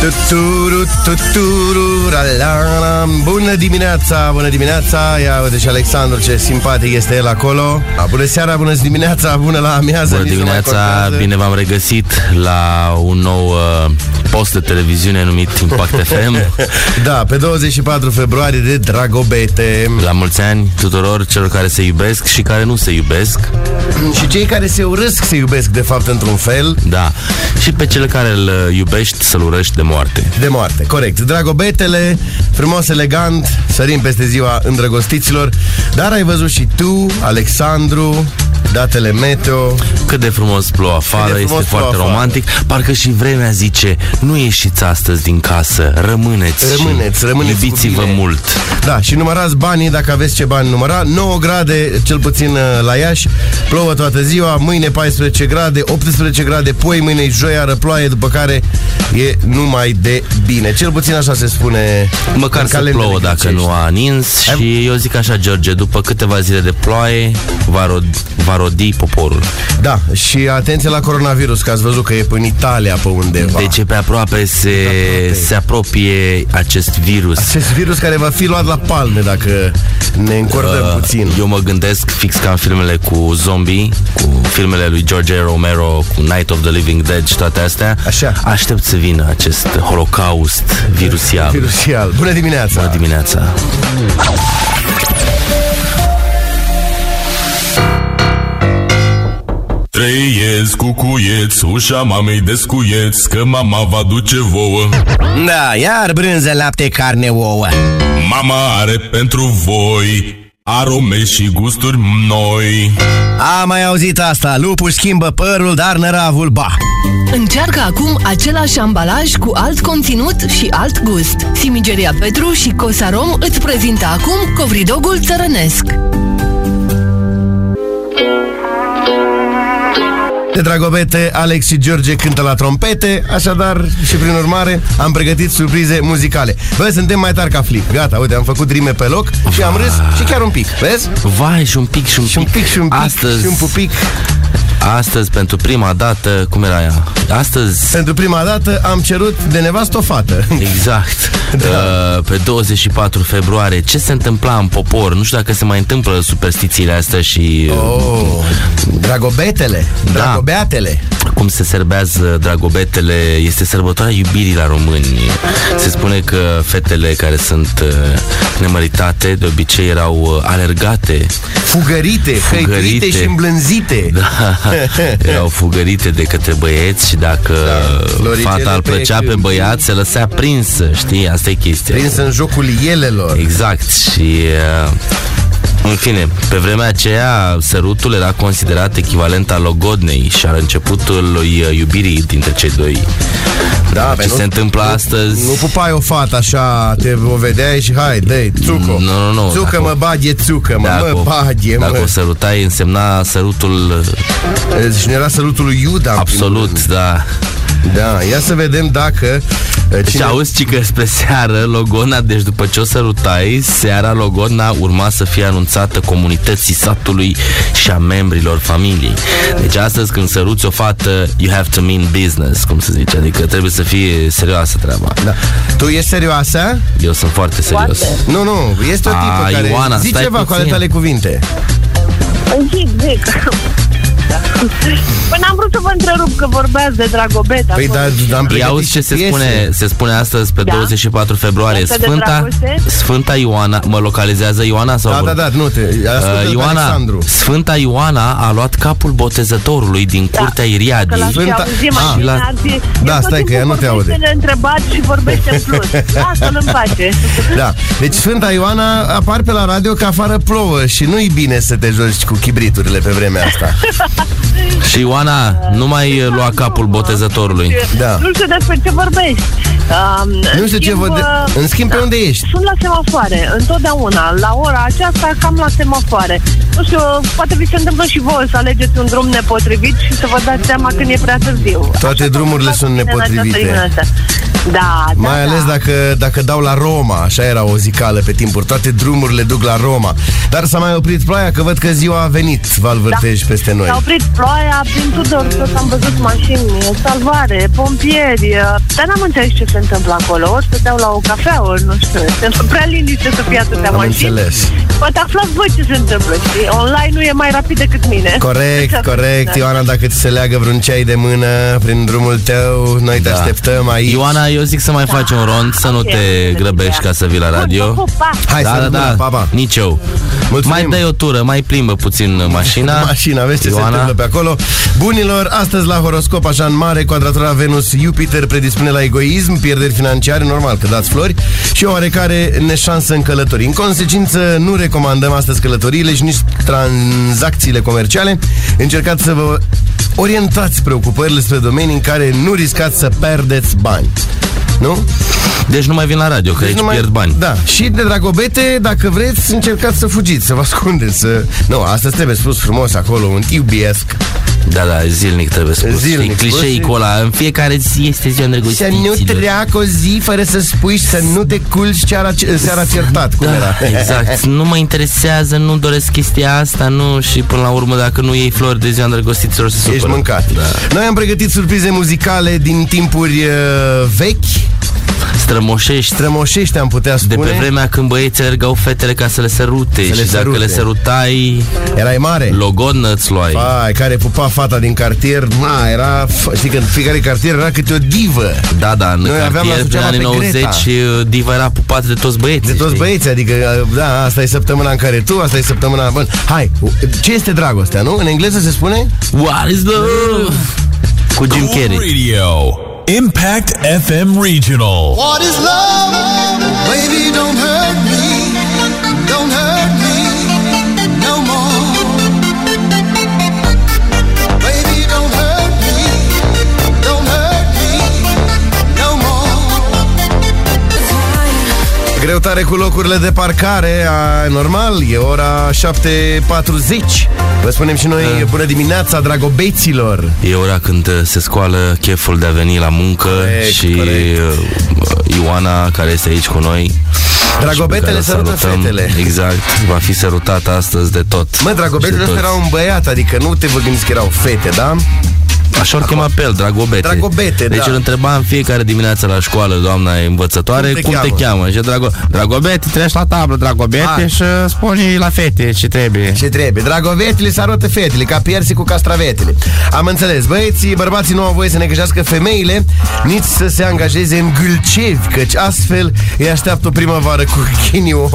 Tuturu, tuturu, ralala. Bună dimineața, bună dimineața Ia uite și Alexandru ce simpatic este el acolo A, Bună seara, bună dimineața, bună la amiază Bună nici nu mai dimineața, contează. bine v-am regăsit la un nou uh, post de televiziune numit Impact FM. Da, pe 24 februarie de Dragobete La mulți ani tuturor celor care se iubesc și care nu se iubesc. Și cei care se urăsc se iubesc de fapt într-un fel Da. Și pe cel care îl uh, iubești să-l urăști de moarte. De moarte, corect. Dragobetele, frumos, elegant, sărim peste ziua îndrăgostiților, dar ai văzut și tu, Alexandru, datele meteo. Cât de frumos plouă afară, frumos este plouă foarte afară. romantic. Parcă și vremea zice, nu ieșiți astăzi din casă, rămâneți. și Rămâneți, rămâneți cu Iubiți-vă bine." mult. Da, și numărați banii dacă aveți ce bani număra. 9 grade, cel puțin uh, la Iași, plouă toată ziua, mâine 14 grade, 18 grade, poi mâine joi ară ploaie, după care e numai de bine. Cel puțin așa se spune Măcar în să calendarele plouă dacă grecești. nu a nins Și eu zic așa, George, după câteva zile de ploaie Va, rod- va rodi poporul Da, și atenție la coronavirus, că ați văzut că e în Italia pe undeva. Deci pe aproape se, se apropie acest virus Acest virus care va fi luat la palme dacă ne încordăm Uh, puțin. Eu mă gândesc fix ca în filmele cu zombie Cu filmele lui George A. Romero Cu Night of the Living Dead și toate astea Așa. Aștept să vină acest holocaust virusial Bună Virusial. Bună dimineața! dimineața Trăiesc cu cuieți, ușa mamei descuieți, că mama va duce vouă. Da, iar brânză, lapte, carne, ouă Mama are pentru voi arome și gusturi noi. Am mai auzit asta, lupul schimbă părul, dar năravul ba Încearcă acum același ambalaj cu alt conținut și alt gust. Simigeria Petru și Cosarom îți prezintă acum covridogul țărănesc. De Dragobete, Alex și George cântă la trompete, așadar și prin urmare am pregătit surprize muzicale. Vă suntem mai tari ca flip. Gata, uite, am făcut rime pe loc și am râs și chiar un pic. Vezi? Vai, și un pic, și un Și un pic, și un pic, Astăzi, și un pupic. Astăzi, pentru prima dată, cum era ea? Astăzi, Pentru prima dată am cerut de nevastă o fată. exact, uh, pe 24 februarie, ce se întâmpla în popor? Nu știu dacă se mai întâmplă superstițiile astea și uh, Oh, dragobetele, Da. dragobeatele. cum se serbează dragobetele. Este sărbătoarea iubirii la români. Se spune că fetele care sunt uh, nemăritate de obicei erau uh, alergate Fugărite, Fugărite. făiturite și îmblânzite. Da, erau fugărite de către băieți și dacă floricele fata îl pe plăcea pe câmp. băiat, se lăsea prinsă, știi? Asta e chestia. Prins în jocul ielelor. Exact. Și... uh, În fine, pe vremea aceea, sărutul era considerat echivalent al logodnei și al începutului uh, iubirii dintre cei doi. Da, Ce se întâmplă astăzi... Nu pupai o fată așa, te o vedeai și hai, dă-i, țuco. Nu, nu, nu, Țucă dacă- mă badie, țucă mă, Dacă, mă o- badie, dacă o mă. sărutai, însemna sărutul uh, E, Deci ne era sărutul lui Iuda. în absolut, da. primul rând. Da, ia să vedem dacă... e, Și Cine... Deci auzi, ci că spre seară, logona, deci după ce o sărutai, seara logona urma să fie anunțată comunității satului și a membrilor familiei. Deci astăzi când săruți o fată, you have to mean business, cum se zice, adică trebuie să fie serioasă treaba. Da. Tu ești serioasă? Eu sunt foarte serios. Nu, nu, este o A, tipă care... Ioana, Zi stai ceva cu ale puțin. tale cuvinte. Zic, zic. Până am vrut să vă întrerup că vorbeați de Dragobet. Păi, acum. dar am Ia pregătit auzi ce și se piese. spune, se spune astăzi pe Da. 24 februarie. Asta de Sfânta, dragoste? Sfânta Ioana, mă localizează Ioana sau Da, vor- da, da, nu te... Ascultă-l Uh, pe Ioana, Alexandru. Sfânta Ioana a luat capul botezătorului din curtea Da. Că Iriadii. l-aș fi Sfânta- Ah, auzit mai bine, la- ar fi- Da, Eu tot stai că ea timpul nu te vorbesc aude. să ne întrebați și vorbește în plus. Asta nu-mi place. Da. Deci Sfânta Ioana apar pe la radio că afară plouă și nu-i bine să te joci cu chibriturile pe vremea asta. Și Ioana nu mai uh, lua capul botezătorului. Da. Nu știu despre ce vorbești. Um, Nu știu ce vă... uh, De... În schimb, pe unde ești? Sunt la semafoare, întotdeauna, la ora aceasta, cam la semafoare. Nu știu, poate vi se întâmplă și voi să alegeți un drum nepotrivit și să vă dați seama când e prea târziu. Toate Așa s-a drumurile întâmplat sunt cu mine în această nepotrivite. dimineață. Da, da, Mai ales da. dacă, dacă dau la Roma Așa era o zicală pe timpuri Toate drumurile duc la Roma Dar s-a mai oprit ploaia că văd că ziua a venit Valvârtej da. peste Păi. S-a noi oprit ploaia prin Tudor, tot am văzut mașini, salvare, pompieri, eh, dar n-am înțeles ce se întâmplă acolo. Ori stăteau la o cafea, ori nu știu, sunt prea liniște să fie atâtea Am mașini. înțeles. Poate aflați voi ce se întâmplă, știi? Online nu e mai rapid decât mine. Exact. Da. Corect, corect Ioana, dacă ți se leagă vreun ceai de mână Prin drumul tău, noi te da. așteptăm aici Ioana, eu zic să mai faci un rond, să nu Ok, te am grăbești înțeles. ca să vii la Bun, radio. pa, pa. Hai da, să da, da, pa, pa. nici eu. Mulțumim. Mai dai o tură, mai plimbă puțin mașina. Mașina, vezi ce Ioana. se Da. Ioana. întâmplă pe acolo Bunilor, astăzi la horoscop Așa în mare, quadratura Venus Jupiter Predispune la egoism, pierderi financiare Normal că dați flori și o oarecare Neșansă în călătorii În consecință, nu recomandăm astăzi călătoriile Și nici tranzacțiile comerciale Încercați să vă orientați Preocupările spre domenii în care Nu riscați să pierdeți bani nu? Deci nu mai vin la radio, că Deci aici nu mai- pierd bani. Da. Și de dragobete, dacă vreți, încercați să fugiți, să vă ascundeți. Să... Nu, astăzi trebuie spus frumos acolo, un iubiesc. Da, da, zilnic trebuie spus. Zilnic Zilnic, spus și- clișeicul ăla, în fiecare zi este ziua Să nu îndrăgostiților. treacă o zi fără să spui și să nu te culci seara, seara certat. Cum era? Da, exact. Nu mă interesează, nu doresc chestia asta, nu, și până la urmă, dacă nu iei flori de ziua îndrăgostiților, se supără. Ești mâncat. Da. Noi am pregătit surprize muzicale din timpuri uh, vechi, Strămoșești. strămoșești am putea De spune. pe vremea când băieții alergau fetele ca să le sărute Să le Și dacă sărute. le sărutai, Erai mare? logon îți luai Ai, care pupa fata din cartier, ma, era, f- știi că în fiecare cartier era câte o divă. Da, da, în Noi aveam la cartier, prin Suceava anii pe 90 Greta. Diva era pupată de toți băieții De toți știi? băieții, adică, uh, da, asta e săptămâna în care tu, asta e săptămâna... Bun, hai, ce este dragostea, nu? În engleză se spune? What is love? Cu Jim Cool Carrey Radio. Impact FM Regional. What is love? Baby, don't hurt me. Don't hurt me no more. Baby, don't hurt me. Don't hurt me no more. Greutare cu locurile de parcare, a, normal, e ora 7.40. Vă spunem și noi Da. bună dimineața, dragobeților! E ora când uh, se scoală cheful de a veni la muncă Corect, Și corect. uh, Ioana, care este aici cu noi Dragobetele și pe care o sărută salutăm. fetele. Exact, va fi sărutat astăzi de tot Mă, Și dragobetele de ăsta toți. era un băiat, adică nu te vă gândiți că erau fete, da? Așa îl chema pe el, Dragobete. Dragobete, deci da. îl întreba în fiecare dimineață la școală, doamna învățătoare, Cum te cum te, cheamă? cheamă. Și Drago... Dragobete, treci la tablă, Dragobete, Ah. și uh, spune la fete ce trebuie. Ce trebuie? Dragovetele sărută fetele, ca piersi cu castravetele. Am înțeles, băieții, bărbații nu au voie să ne găjească femeile, nici să se angajeze în gâlcevi, căci astfel îi așteaptă o primăvară cu ghinion,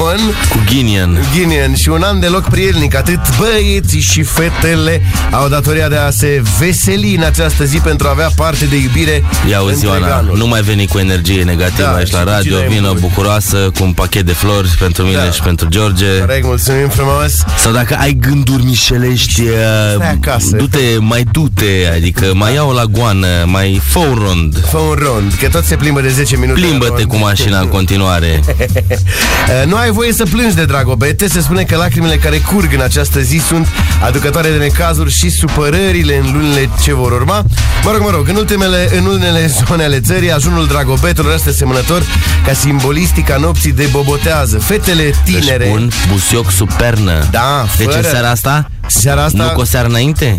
Cu Ghinian. Ghinian și un an deloc prielnic. Atât băieții și fetele au datoria de a se veseli în această zi pentru a avea parte de iubire Ia uzi, întreg Ioana, anul. nu mai veni cu energie negativă Da, aici la și radio, cine ai vină mult? bucuroasă cu un pachet de flori pentru mine Da. și pentru George. Corect, mulțumim frumos. Sau dacă ai gânduri mișelești, uh, Stai acasă. Da. du-te, mai du-te, adică mai iau la goană, mai fă un rond, Fă un rond, că tot se plimbă de 10 minute. plimbă-te Rond. cu mașina în continuare. Uh, Nu ai voie să plângi de dragobete Se spune că lacrimile care curg în această zi Sunt aducătoare de necazuri și supărările În lunile ce vor urma Mă rog, mă rog, în, ultimele, în unele zone ale țării Ajunul dragobetelor este semănător Ca simbolistica nopții de bobotează Fetele tinere Își pun busioc supernă. Da, Deci fără. în seara asta? Seara asta- Nu cu o seară înainte?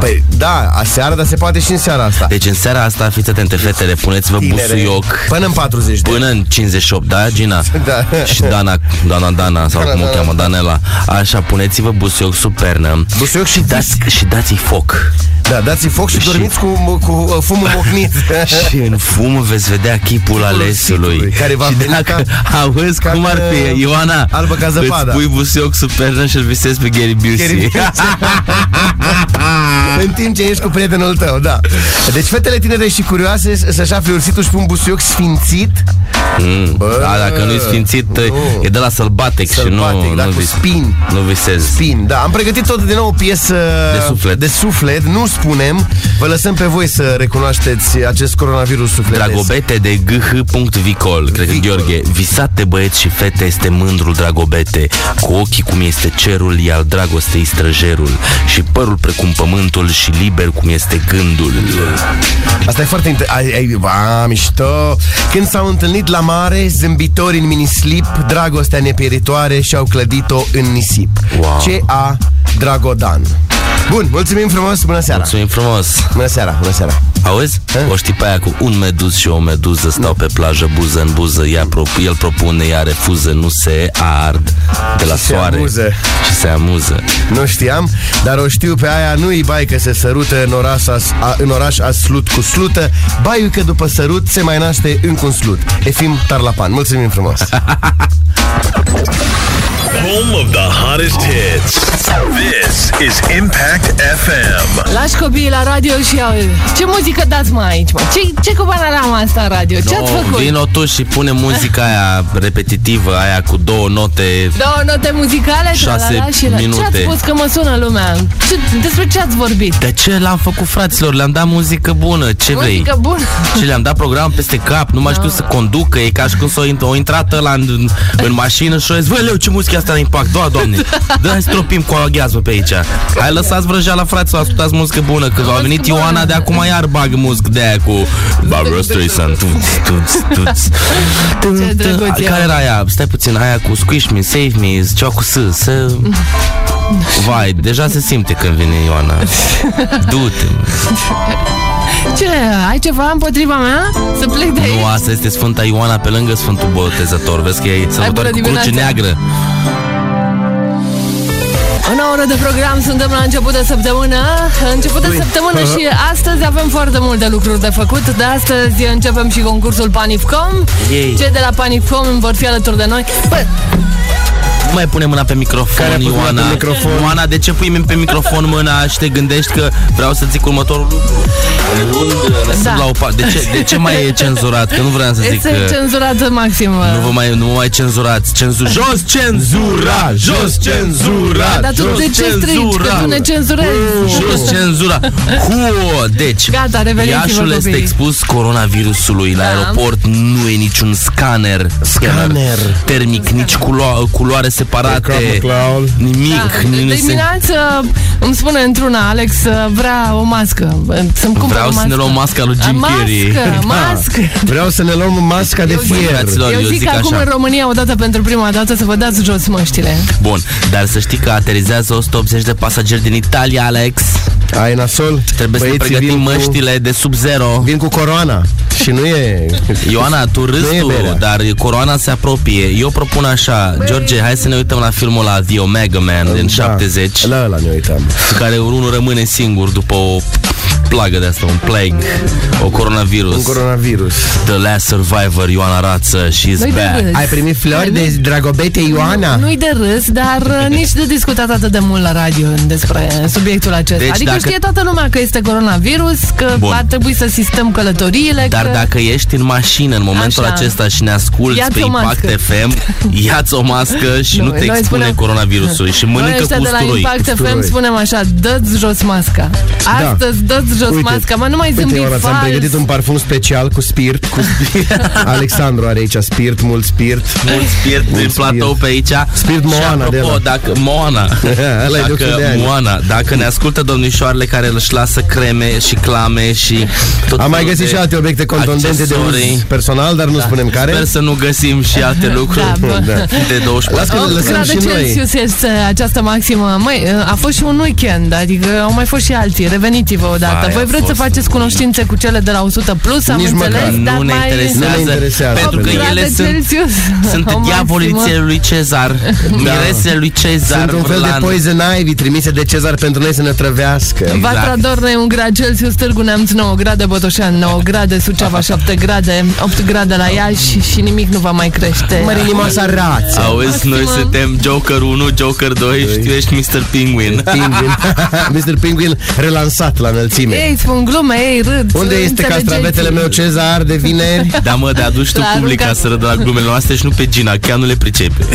Păi, da, aseară, dar se poate și în seara asta Deci în seara asta, fiți atente fetele, puneți-vă busuioc Până în 40 de până în 58, da, Gina? Da. Și Dana, Dana, Dana, sau cum o cheamă, Danela. Așa, puneți-vă busuioc supernă. Busuioc și și dați, și dați-i foc. Da, dați-i foc și Și- dormiți cu, cu uh, fumul mocnit și în fum veți vedea chipul sitului, alesului. care va și veni dacă auzi ca- cum ar ca- fi, Ioana, albă ca zăpada. îți pui busuioc supernă și îl visezi pe Gary Gary Busey. Busey. În timp ce ești cu prietenul tău, da Deci fetele tinere și curioase s- Să-și afle ursitul și pun busuioc sfințit Mm. Bă, da, dacă nu-i sfințit, nu. nu. e de la sălbatic, Oh. Sălbatic, și nu, da, nu, cu vis, spin. nu visezi. Spin, da. Am pregătit tot din nou o piesă De suflet. de suflet. Nu spunem, vă lăsăm pe voi să recunoașteți acest coronavirus sufletesc. Dragobete de gh.vicol Cred că Gheorghe Visate băieți și fete este mândrul Dragobete Cu ochii cum este cerul Iar dragostei străjerul Și părul precum pământul Și liber cum este gândul Asta e foarte inter... ai, ai, a, mișto. Când s-au întâlnit la mare, zâmbitori în minislip, dragostea nepieritoare și-au clădit-o în nisip. Wow. C.A. Dragodan. Bun, mulțumim frumos, bună seara. Mulțumim frumos Bună seara, bună seara. Auzi? O știi pe aia cu un meduz și o meduză Stau pe plajă buză în buză ea pro- El propune, ea refuză Nu se ard de la Și se soare amuză. Și se amuză Nu știam, dar o știu pe aia Nu-i bai că se sărută în oraș, as, a, în oraș aslut cu slută Baiu că după sărut se mai naște încă un slut Efim Tarlapan, mulțumim frumos Home of the hottest hits. This is Impact FM. Lași copiii la radio și iau Ce muzică dați mai aici, mă? Ce, ce cu panorama asta în radio? Ce ați No, făcut? Vino tu și pune muzica aia repetitivă Aia cu două note Două note muzicale, Șase tralala și la... Ce minute. ați spus că mă sună lumea? Ce, despre ce ați vorbit? De ce l-am făcut, fraților? Le-am dat muzică bună, ce vrei? Muzică bună. Și le-am dat program peste cap, nu mai știu să conducă, e ca și când s-o int- o intrat la în, în mașină și o zis, băi, leu, ce muzică e asta în impact, doa, doamne, da, stropim cu aghiazmă pe aici. Hai, lăsați vrăjeala, frate, ascultați muzică bună, că a venit bună. Ioana de acum iar bag muzică de aia cu Barbara Streisand, tuț, tuț, tuț. Ce drăguț e. Care era aia? Stai puțin, aia cu Squish Me, Save Me, ceva cu S, S. Vai, deja se simte când vine Ioana. Du-te, Ce, ai ceva împotriva mea? Să plec de aici? Nu, asta este Sfânta Ioana pe lângă Sfântul Botezător. Vezi că e sărbătoare cu dimineața. cruce neagră. În o oră de program suntem la început de săptămână Început de săptămână și astăzi avem foarte multe lucruri de făcut De astăzi începem și concursul Panif.com Yay. Cei de la Panif.com vor fi alături de noi Bă, Nu mai pune mâna pe microfon, Care a pus mâna Ioana. pe microfon? Ioana, de ce pui pe microfon mâna și te gândești că vreau să zic următorul lucru? Lăsăm Da. La o pa- de, ce, de ce mai e cenzurat? Că nu vreau să zic este că... cenzurat maxim Nu vă mai, nu vă mai cenzurați. Cenzu- jos cenzura! Jos cenzura! Dar tu jos de ce strigi? Că tu ne cenzurezi Jos cenzura. Huo! Deci, Gata, reveniți-vă, Iașul este copii. expus coronavirusului. La Da. aeroport nu e niciun scanner. Scanner. Termic, nici culo- culoare separate. Nimic. Da, nu de se- dimineață îmi spune într-una Alex vrea o mască Să-mi cumpăr Vreau o să ne luăm masca lui Jim Carrey. Mască, mască Ah, Vreau să ne luăm masca de Eu zic- fier Fraților, Eu zic că acum în România, odată pentru prima dată, să vă dați jos măștile. Bun, dar să știi că aterizează 180 de pasageri din Italia, Alex. Ai nasol? Trebuie Băieții să pregătim vin măștile de sub zero. Cu, vin cu coroana Și nu e... Ioana, tu Nu râzi e tu, berea. dar coroana se apropie. Eu propun așa, George, hai să ne uităm la filmul la The Omega Man din Da. 70, La ăla ne uitam în care unul rămâne singur după o plagă de asta, un plague, o Un coronavirus. coronavirus The Last Survivor, Ioana Rață, she's Noi de back. râs. Ai primit flori de dragobete Ioana? Nu-i de râs, dar uh, nici de discutat atât de mult la radio despre subiectul acesta. Deci adică dacă- știe toată lumea că este coronavirus, că Bun. ar trebui să sistăm călătoriile, Dar că... dacă ești în mașină în momentul Așa. acesta și ne asculti Ia-ți pe o Impact mască. FM, ia-ți o mască și Noi- nu, te noi expune spunem- coronavirusului și Noi mănâncă ăștia cu de la usturoi. Impact FM usturoi. spunem așa, dă-ți jos masca. Astăzi dă-ți jos Da. Uite, masca, mă, nu mai Uite, zâmbi Ioana, fals. ți-am pregătit un parfum special cu spirit, cu Alexandru are aici spirit, mult spirit. Mult spirit Mult în platou spirit. pe aici. Spirit Și Moana apropo, de ăla. dacă Moana, Ăla e doctor dacă, de ani. Moana, dacă ne ascultă domnișoarele care își lasă creme și clame și tot Am mai felul găsit de și alte obiecte contundente de accesorii. uz personal, dar nu spunem care. Sper să nu găsim și alte lucruri Da, bă. Da. de 24 Las că- Opt lăsăm grade și noi. Celsius este uh, această maximă. Mai a fost și un weekend, adică au mai fost și alții. Reveniți-vă odată. Vai, Voi a vreți să fost faceți un- cunoștințe cu cele de la 100 plus, am Nici înțeles, măcar. dar nu ne mai... interesează, Nu ne interesează pentru pe că noi. ele grade sunt Celsius. Sunt O maximă. diavolii lui Cezar Miresele lui Cezar Da. Sunt un fel de Vârlan. poison ivy trimise de Cezar pentru noi să ne trăvească. Exact. Vatra Dornei 1 grad Celsius, Târgu Neamț 9 grade, Botoșan 9 grade, Suceava 7 grade, 8 grade la Iași și nimic nu va mai crește. Mărinimoasa rață. Auzi, noi Maximă. suntem Joker 1, Joker 2 și tu ești Mr. Penguin Penguin. Mr. Penguin relansat la înălțime. ei, spun glume, ei râd. Unde este înțelegeți? castravetele meu Cezar de vineri? Da, mă, dar aduci tu L-a public ca aruncat. să râdă la glumele noastre și nu pe Gina, că ea nu le pricepe.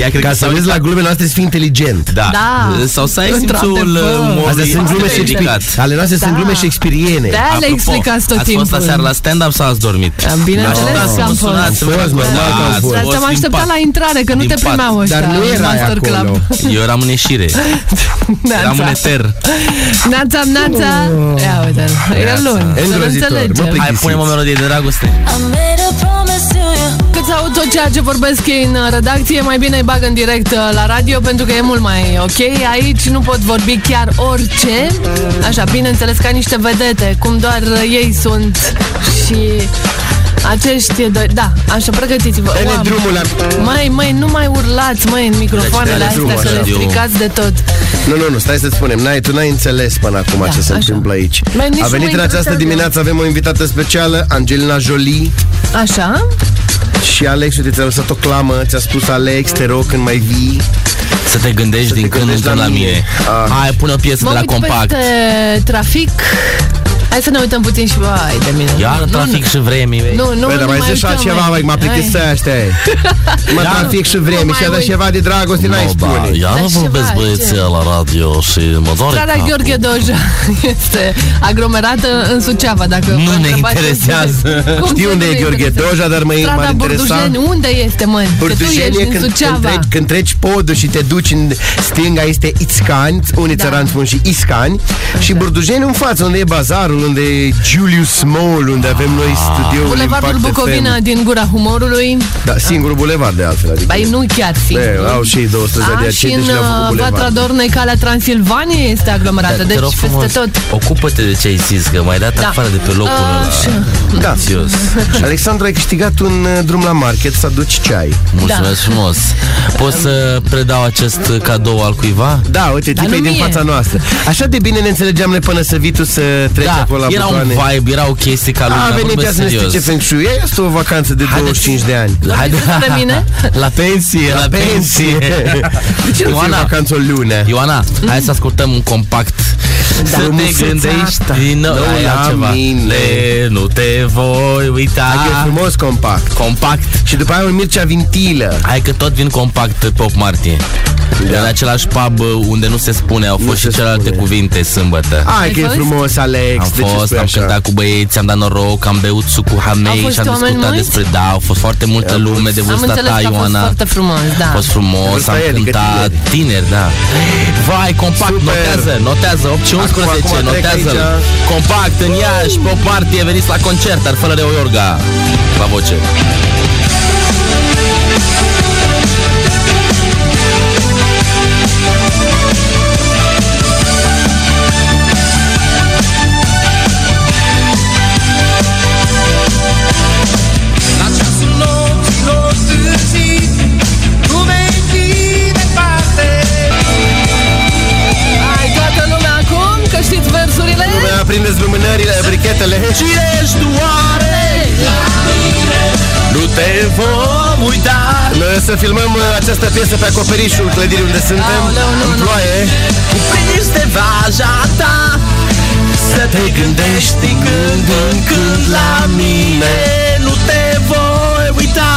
Ea cred Ca să s-a vezi la uitat. glumele noastre să fii inteligent. Da. Da. Sau să ai Într-adevăr. simțul uh, umorului Astea sunt glume Foarte Shakespeare. ridicat. Ale noastre sunt Da. glume shakespeariene. De aia le Apropo, explicați tot ați timpul. fost aseară la stand-up sau ați dormit? Am bineînțeles Da, că am mă sunați, Am fost. mă fost, fac- normal că am Da, fost. Dar ați te-am din așteptat pat. la intrare, că nu Din te pat. primeau ăștia. Dar nu la erai Master acolo. Club. Eu eram în ieșire, eram în Neața. eter. Neața, neața. Oh. Ia uite E Neața. luni. Să ne Îngrozitor. Mă înțelegem. plictisim. Hai, pune-mă o melodie de dragoste. Cât sau tot ceea ce vorbesc ei în redacție, mai bine îi bag în direct uh, la radio pentru că e mult mai ok. Aici nu pot vorbi chiar orice. Așa, bineînțeles ca niște vedete, cum doar uh, ei sunt și acești doi. Da, așa, pregătiți-vă. Ele Oameni. drumul la... Mai, mai, nu mai urlați, mai în microfoanele Deci, astea dale să le drumul, așa. stricați de tot. Nu, nu, nu, stai să spunem. N-ai, tu n-ai înțeles până acum Da, ce se așa. întâmplă aici. Mai nici A nu mă venit în această interesează. dimineață, avem o invitată specială, Angelina Jolie. Așa? Și Alex, uite, ți-a lăsat o clamă, ți-a spus Alex, te rog, când mai vii. Să te gândești din când în gândești când la la mine. mine. Ah. Hai, pune o piesă Mă de la uit Compact. peste trafic. Hai să ne uităm puțin și vai de mine. Iar în Nu, trafic și vremii, vei. Nu, nu, nu, Băi, dar nu mai este și uităm, altceva, mai. mai mă plictisește. Mă trafic și Nu vreme mai și avea uit. ceva de dragoste, n-ai Nu, da, spune. iar Dar ceva, vorbesc băieții ce? la radio și mă doare Strada capul. Gheorghe Doja este aglomerată în Suceava, dacă Nu vă ne întrebați interesează. unde- Cum Știi să unde nu e ne Gheorghe interesează? Doja, dar mă Strada m-ar interesa... Burdujeni, unde este, mă? Că tu Burdujeni ești e din când, când, Suceava. treci, când treci podul și te duci în stânga este Ițcani, unii Da. țărani spun și Iscani și Burdujeni în față, unde e bazarul, unde e Julius Mall, unde avem noi studioul Ah. Bulevardul Impact Bucovina FM. din Gura Humorului. Da, singurul bulevard de altfel, adică. Bai, nu chiar Bă, singur. au și ei 200 de A, și adiacente în și le-au făcut uh, Vatra bulevard. Dornei, calea Transilvaniei este aglomerată, Da, Te deci rog frumos, peste tot. Ocupă-te de ce ai zis, că m-ai dat Da. afară de pe locul Așa. ăla. Da. Serios. Alexandru, ai câștigat un uh, drum la market să aduci ceai. Mulțumesc frumos. Poți să predau acest cadou al cuiva? Da, uite, Dar tipei nu din mie. fața noastră. Așa de bine ne înțelegeam noi până să vii tu să treci Da, acolo la era un butoane. vibe, era o chestie ca lui. A dar venit ea vorbesc să ne strice serios. Feng Shui. Este o vacanță de Haideți- 25 de ani. Haide- despre mine? La pensie, la, pensie. De ce nu ții Ioana? vacanță o lună? Ioana, hai să ascultăm un compact. Da. Să te Frumusețea gândești ta. din nou Nu la la altceva. mine. Le, nu te voi uita. Adică e frumos compact. Compact. Și după aia un Mircea Vintilă. Hai că tot vin compact pe 8 martie. Da. În același pub unde nu se spune, au fost se și celelalte spune. cuvinte sâmbătă. Ai că e fost? frumos, Alex. Am de ce fost, spui am așa? cântat cu băieți, am dat noroc, am beut sucul Au hamei fost și am oameni discutat mulți? despre... Da, au fost foarte multă lume de Am vârsta înțeles ta, că a fost Ioana. foarte frumos, da. A fost frumos, Vârsta am ei, adică cântat tineri. da. Vai, compact, Super. notează, notează, 8 și 11, Acum, acum trec notează. aici. Compact în Iași, pe o partie, veniți la concert, dar fără Reo Iorga. La voce. Hai, toată lumea acum, că știți versurile? Aprindeți lumânările, brichetele. Cine ești oare? Nu te vom uita. Noi o să filmăm uh, această piesă pe acoperișul clădirii unde suntem, Aoleu, nu, în nu. ploaie. Prins de vaja ta Să te gândești din când în când la mine Nu te voi uita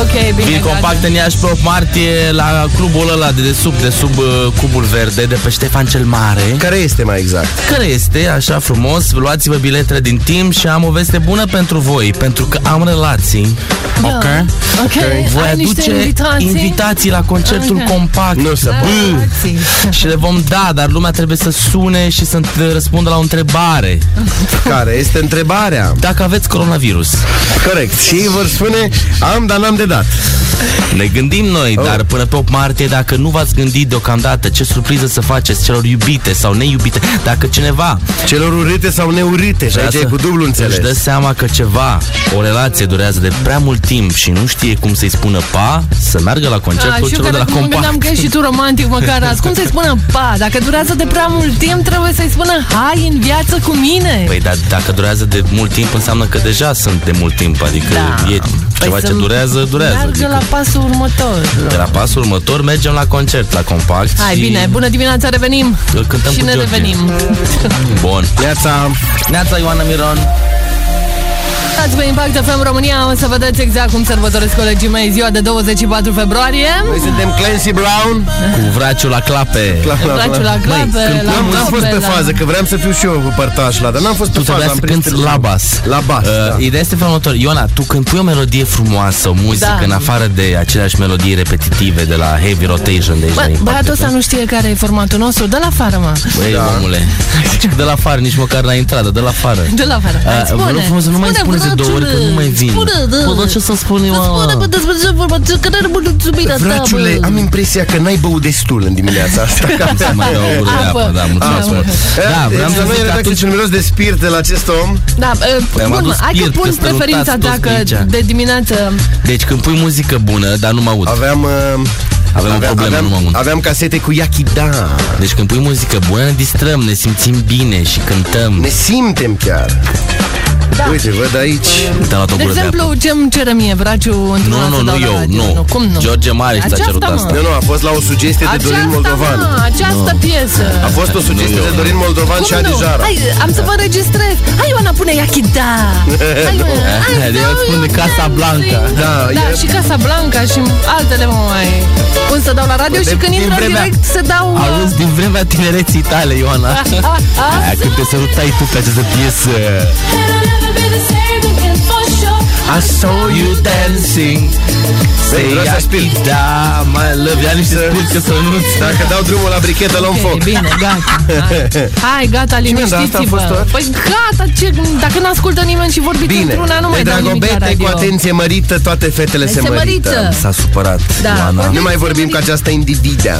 Ok, bine. Vin gata. compact în Iași pe 8 martie la clubul ăla de sub, de sub uh, cubul verde, de pe Ștefan cel Mare. Care este mai exact? Care este, așa frumos, luați-vă biletele din timp și am o veste bună pentru voi, pentru că am relații. Da. Ok, Voi ai niște aduce invitații? invitații la concertul Ok. compact. Nu se Da, poate. relații. Și le vom da, dar lumea trebuie să sune și să răspundă la o întrebare. Care este întrebarea? Dacă aveți coronavirus, Corect. Și ei vor spune, am, dar n-am de dat. ne gândim noi, oh. dar până pe 8 martie, dacă nu v-ați gândit deocamdată ce surpriză să faceți celor iubite sau neiubite, dacă cineva Celor urâte sau neurite. Și aici e vrea să- cu dublu înțeles. își dă seama că ceva, o relație durează de prea mult timp și nu știe cum să-i spună pa, să meargă la A, concertul Ah, și eu celor de care la mă gândeam Compact. că ești și tu romantic măcar azi. Cum să-i spună pa? Dacă durează de prea mult timp, trebuie să-i spună hai în viață cu mine. Păi, dar dacă durează de mult timp, înseamnă că deja sunt de mult timp, adică Da. e Ceva ce să durează, durează. Meargă Adică la pasul următor. de la pasul următor mergem la concert, la compact. Hai, și bine, bună dimineața, revenim Îl cântăm și cu ne George. revenim. Bun. Neața. Neața Ioana Miron. Dați pe Impact FM România, o să vedeți exact cum sărbătoresc colegii mei ziua de 24 februarie. Noi suntem Clancy Brown Cu vraciul la clape. La- la- la- Braciul la clape, la N-am, n-am fost vorbe, pe la- fază, că vreau să fiu și eu cu părtaș la Dar n-am fost pe Tu fază trebuia am să prins cânti târziu. la bas. Uh, La bas, da. Ideea este felul următor. Iona, tu când pui o melodie frumoasă, o muzică, Da. în afară de aceleași melodii repetitive de la heavy rotation de aici. la Bă, Impact băiatul FM. ăsta nu știe care e formatul nostru, dă la afară, mă. Băi, da. omule, de la afară, nici măcar la intrată, de la afară. Dă la afară. Hai, A, vă rog frumos, nu mai spuneți de două ori că nu mai vin. Spune, da. Bă, dar ce să spun eu? Spune, bă, despre ce vorba, ce că n-are mulțumirea ta, bă. Vraciule, am impresia că n-ai băut destul în dimineața asta Că Să mai iau o gură de Apă. apă, da, mulțumesc Apă. mult. Da, vreau să Deci, noi zic în că redacție atunci ce miros de spirit de la acest om Da, e, Mi-am bun, Păi, adus mă, hai că spirit, că pun suntem preferința luptați ta toți că aici. de dimineață Deci când pui muzică bună, dar nu mă aud. Aveam... uh, Avem o problemă, nu mă aveam, mânt. aveam casete cu Da. Yakida Deci când pui muzică bună, ne distrăm, ne simțim bine și cântăm. Ne simtem chiar Da. Uite, văd aici Te-am luat o De gură de apă. exemplu, ce-mi cere mie Vraciu într-o Nu, nu, nu eu, nu. Cum nu? George Mare ți-a Aceasta, cerut mă. asta. Nu, nu, a fost la o sugestie de Dorin Aceasta, Moldovan mă, această A piesă fost o sugestie Nu, eu, de Dorin nu. Moldovan și Cum Adi nu? Jara Hai, am să vă înregistrez Hai, Ioana, pune Iachida Hai, mă, Eu îți spun Eh? de Casa Blanca. Da, da, e- și Casa Blanca și altele mă mai Pun să dau la radio și când din intră vremea- direct să dau uh, Auzi din vremea tinereții tale, Ioana. a, a, Aia, Când te sărutai tu pe această piesă. I saw you dancing Say vreau să spun. da, my love Ia niște Să- spus că să nu Dacă dau drumul la brichetă, luăm foc Da. Ok, bine, gata. Hai, Hai gata, dar asta a fost liniștiți-vă. tot? Păi gata, ce, dacă nu ascultă nimeni și vorbiți Bine, într-una, nu mai de dau nimic la dragobete radio. cu atenție mărită, toate fetele se, Se mărită. S-a supărat Da. Ioana Nu mai vorbim cu această individă.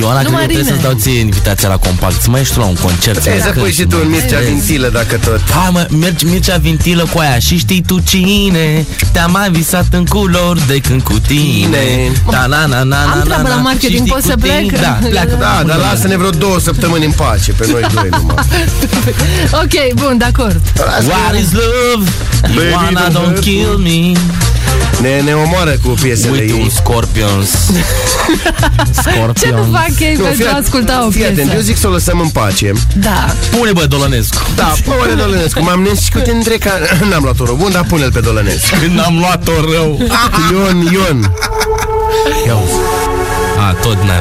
Ioana, Nu cred mai că trebuie rime. să-ți dau ție invitația la compact Să mai ești tu la un E, concert mai să Exact. cânti, pui și tu în mai Mircea vezi. Vintilă, dacă tot. Hai mă, mergi Mircea Vintilă cu aia Și știi tu cine Te-a mai visat în culori de când cu tine Bine. da, na, na, na, Am na, treabă na, la na. marketing, Și știi pot cu să tine? plec? Da, pleacă Da, dar lasă-ne vreo două săptămâni în pace pe noi doi numai. Ok, bun, de acord. What is love? Baby, Ioana, don't don't hurt kill me Ne, ne omoară cu piesele Uite un ei. Scorpions Scorpions Ce nu fac ei Nu, pentru fii a atent, asculta o fii atent, Eu piesă? zic să o lăsăm în pace. Da. Pune bă Dolonescu Da, pune Dolănescu. M-am născut între ca... N-am luat-o rău bun, dar pune-l pe Dolănescu. Când am luat-o rău Ion, Ion. A, tot n-a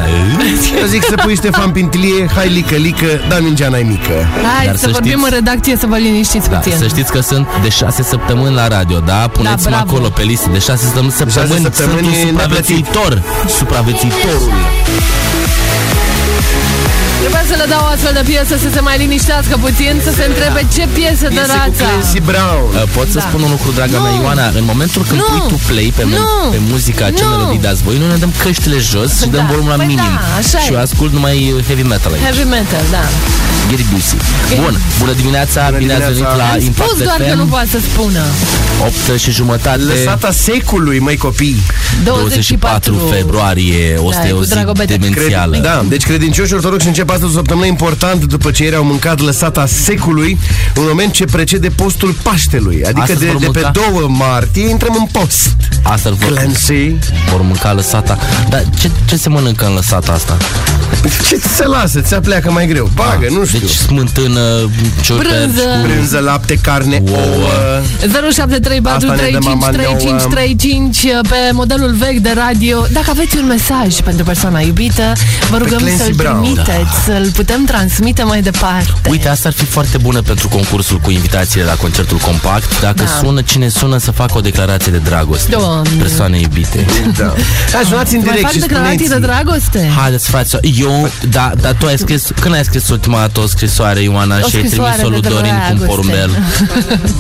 Eu zic să pui Ștefan Pintilie, hai lică, lică, dar mingea n-ai mică. Hai Dar să să vorbim știți- în redacție să vă liniștiți da, puțin. să știți că sunt de 6 săptămâni la radio, da? Puneți-mă bravo. acolo pe listă de 6 săptămâni, săptămâni, săptămâni sunt un n-a supraviețuitor. Supraviețuitorul. Trebuie să le dau o astfel de piesă să se mai liniștească puțin, să se întrebe ce piesă de Piese cu rața. Clancy Brown. Uh, Pot să Da. spun un lucru, draga Nu. mea Ioana? În momentul când Nu. pui tu play pe, Nu. mel- pe muzica, ce Nu. melodii dați voi, noi ne dăm căștile jos și dăm Da. volumul la Păi minim. da, așa și e. eu ascult numai uh, heavy metal aici. Heavy metal, da. Gary Busey. Bun, bună dimineața, bine ați venit dimineața. la Am Impact spus doar că nu FM, poate să spună. 8 și jumătate. Lăsata secului, măi copii. 24 februarie, o să Da, e o cu zi Dragobete. demențială. Cred, da, deci credincioșii ortodoxi încep astăzi o săptămână importantă după ce ieri au mâncat lăsata secului, un moment ce precede postul Paștelui, adică Astăzi de, vor de pe mânca? 2 martie intrăm în post. Asta îl vor, Clancy. vor mânca lăsata. Dar ce, ce se mănâncă în lăsata asta? Ce ți se lasă? Ți-a pleacă mai greu. Bagă, nu știu. Deci Deci... smântână, ciorperci Brânză. cu Brânză, lapte, carne, Ouă. ouă. 0734353535 uh, pe modelul vechi de radio. Dacă aveți un mesaj pentru persoana iubită, vă rugăm Clancy să-l Brown. trimiteți, să-l putem transmite mai departe. Uite, asta ar fi foarte bună pentru concursul cu invitațiile la concertul compact. Dacă Da. sună, cine sună să facă o declarație de dragoste. Doamne. Persoane iubite. Da. Hai, sunați în Mai direct fac și declarații de spuneți dragoste? Haideți, frate, eu, da, da, tu ai scris, când ai scris ultima dată o scrisoare, Ioana, O și ai scrisoare trimis-o lui de Dorin cu un dragoste. porumbel.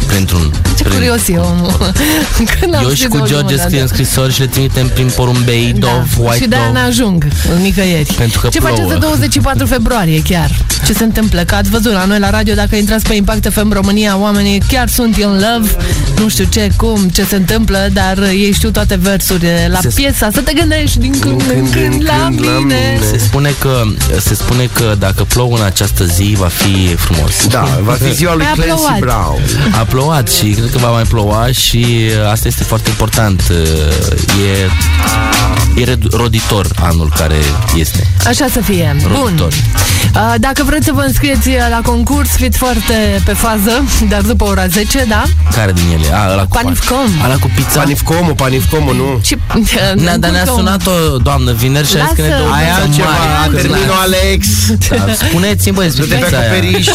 Printr-un. Ce prin- curios e omul. Când am Eu și scris cu ultima George dată? scriem scrisori și le trimitem prin porumbei, Da. dov, white Și de-aia dove. n-ajung nicăieri. Pentru că Ce plouă. faceți de 24 februarie chiar? Ce se întâmplă? Că ați văzut la noi la radio, dacă intrați pe Impact FM România, oamenii chiar sunt in love, nu știu ce, cum, ce se întâmplă, dar ei ei știu toate versurile la Se- piesa Să te gândești din când în când la mine Se spune, că, se spune că dacă plouă în această zi va fi frumos. Da, va fi ziua lui Mi-a Clancy plouat. Brown. A plouat și cred că va mai ploua și uh, asta este foarte important. Uh, E, e red- roditor anul care este. Așa să fie. Bun. Roditor. Uh, Dacă vreți să vă înscrieți uh, la concurs, fiți foarte pe fază, dar după ora 10, da? Care din ele? A, ăla cu Panifcom. Ala cu pizza. Panifcomu, panifcomu, nu? Și, Ne-a, Da, dar ne-a sunat o doamnă vineri și a zis că ne Lasă. dă o Aia pizza mare. altceva, a Că terminat n-a- Alex. Da, Spuneți-mi, băi, Du-te pe pizza aia. acoperiș.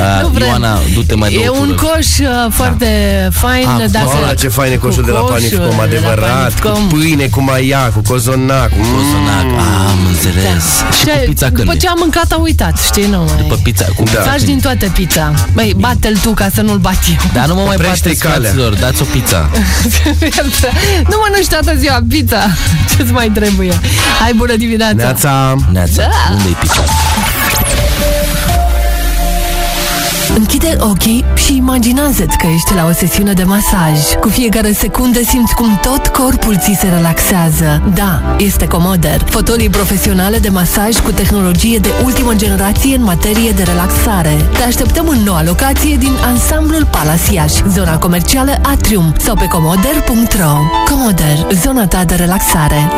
Da, Nu vrem. Ioana, du-te mai E două un tururi. coș uh, foarte fain. Ah, dar Mamă, se- Da. ce faine cu coșul de la coșul de Panifcom, la adevărat. Cu Panifcom. pâine, cu maia, cu cozonac. Mm. Cozonac. Ah, Am înțeles. Și cu Da. Ce- pizza când După ce Da. e? am mâncat, a uitat, știi, nu mai... După pizza, cu pizza Faci când din e? toate pizza. Băi, bate-l tu ca să nu-l bat eu. Dar nu mă mai Oprește-i bateți, calea. fraților, dați o pizza. nu mănânci toată ziua pizza. Ce-ți mai trebuie? Hai, bună dimineața! Neața. Neața, Da. unde-i pizza? Închide ochii și imaginează-ți că ești la o sesiune de masaj. Cu fiecare secundă simți cum tot corpul ți se relaxează. Da, este Comoder. Fotolii profesionale de masaj cu tehnologie de ultimă generație în materie de relaxare. Te așteptăm în noua locație din ansamblul Palas Iași, zona comercială Atrium sau pe comoder.ro. Comoder, zona ta de relaxare.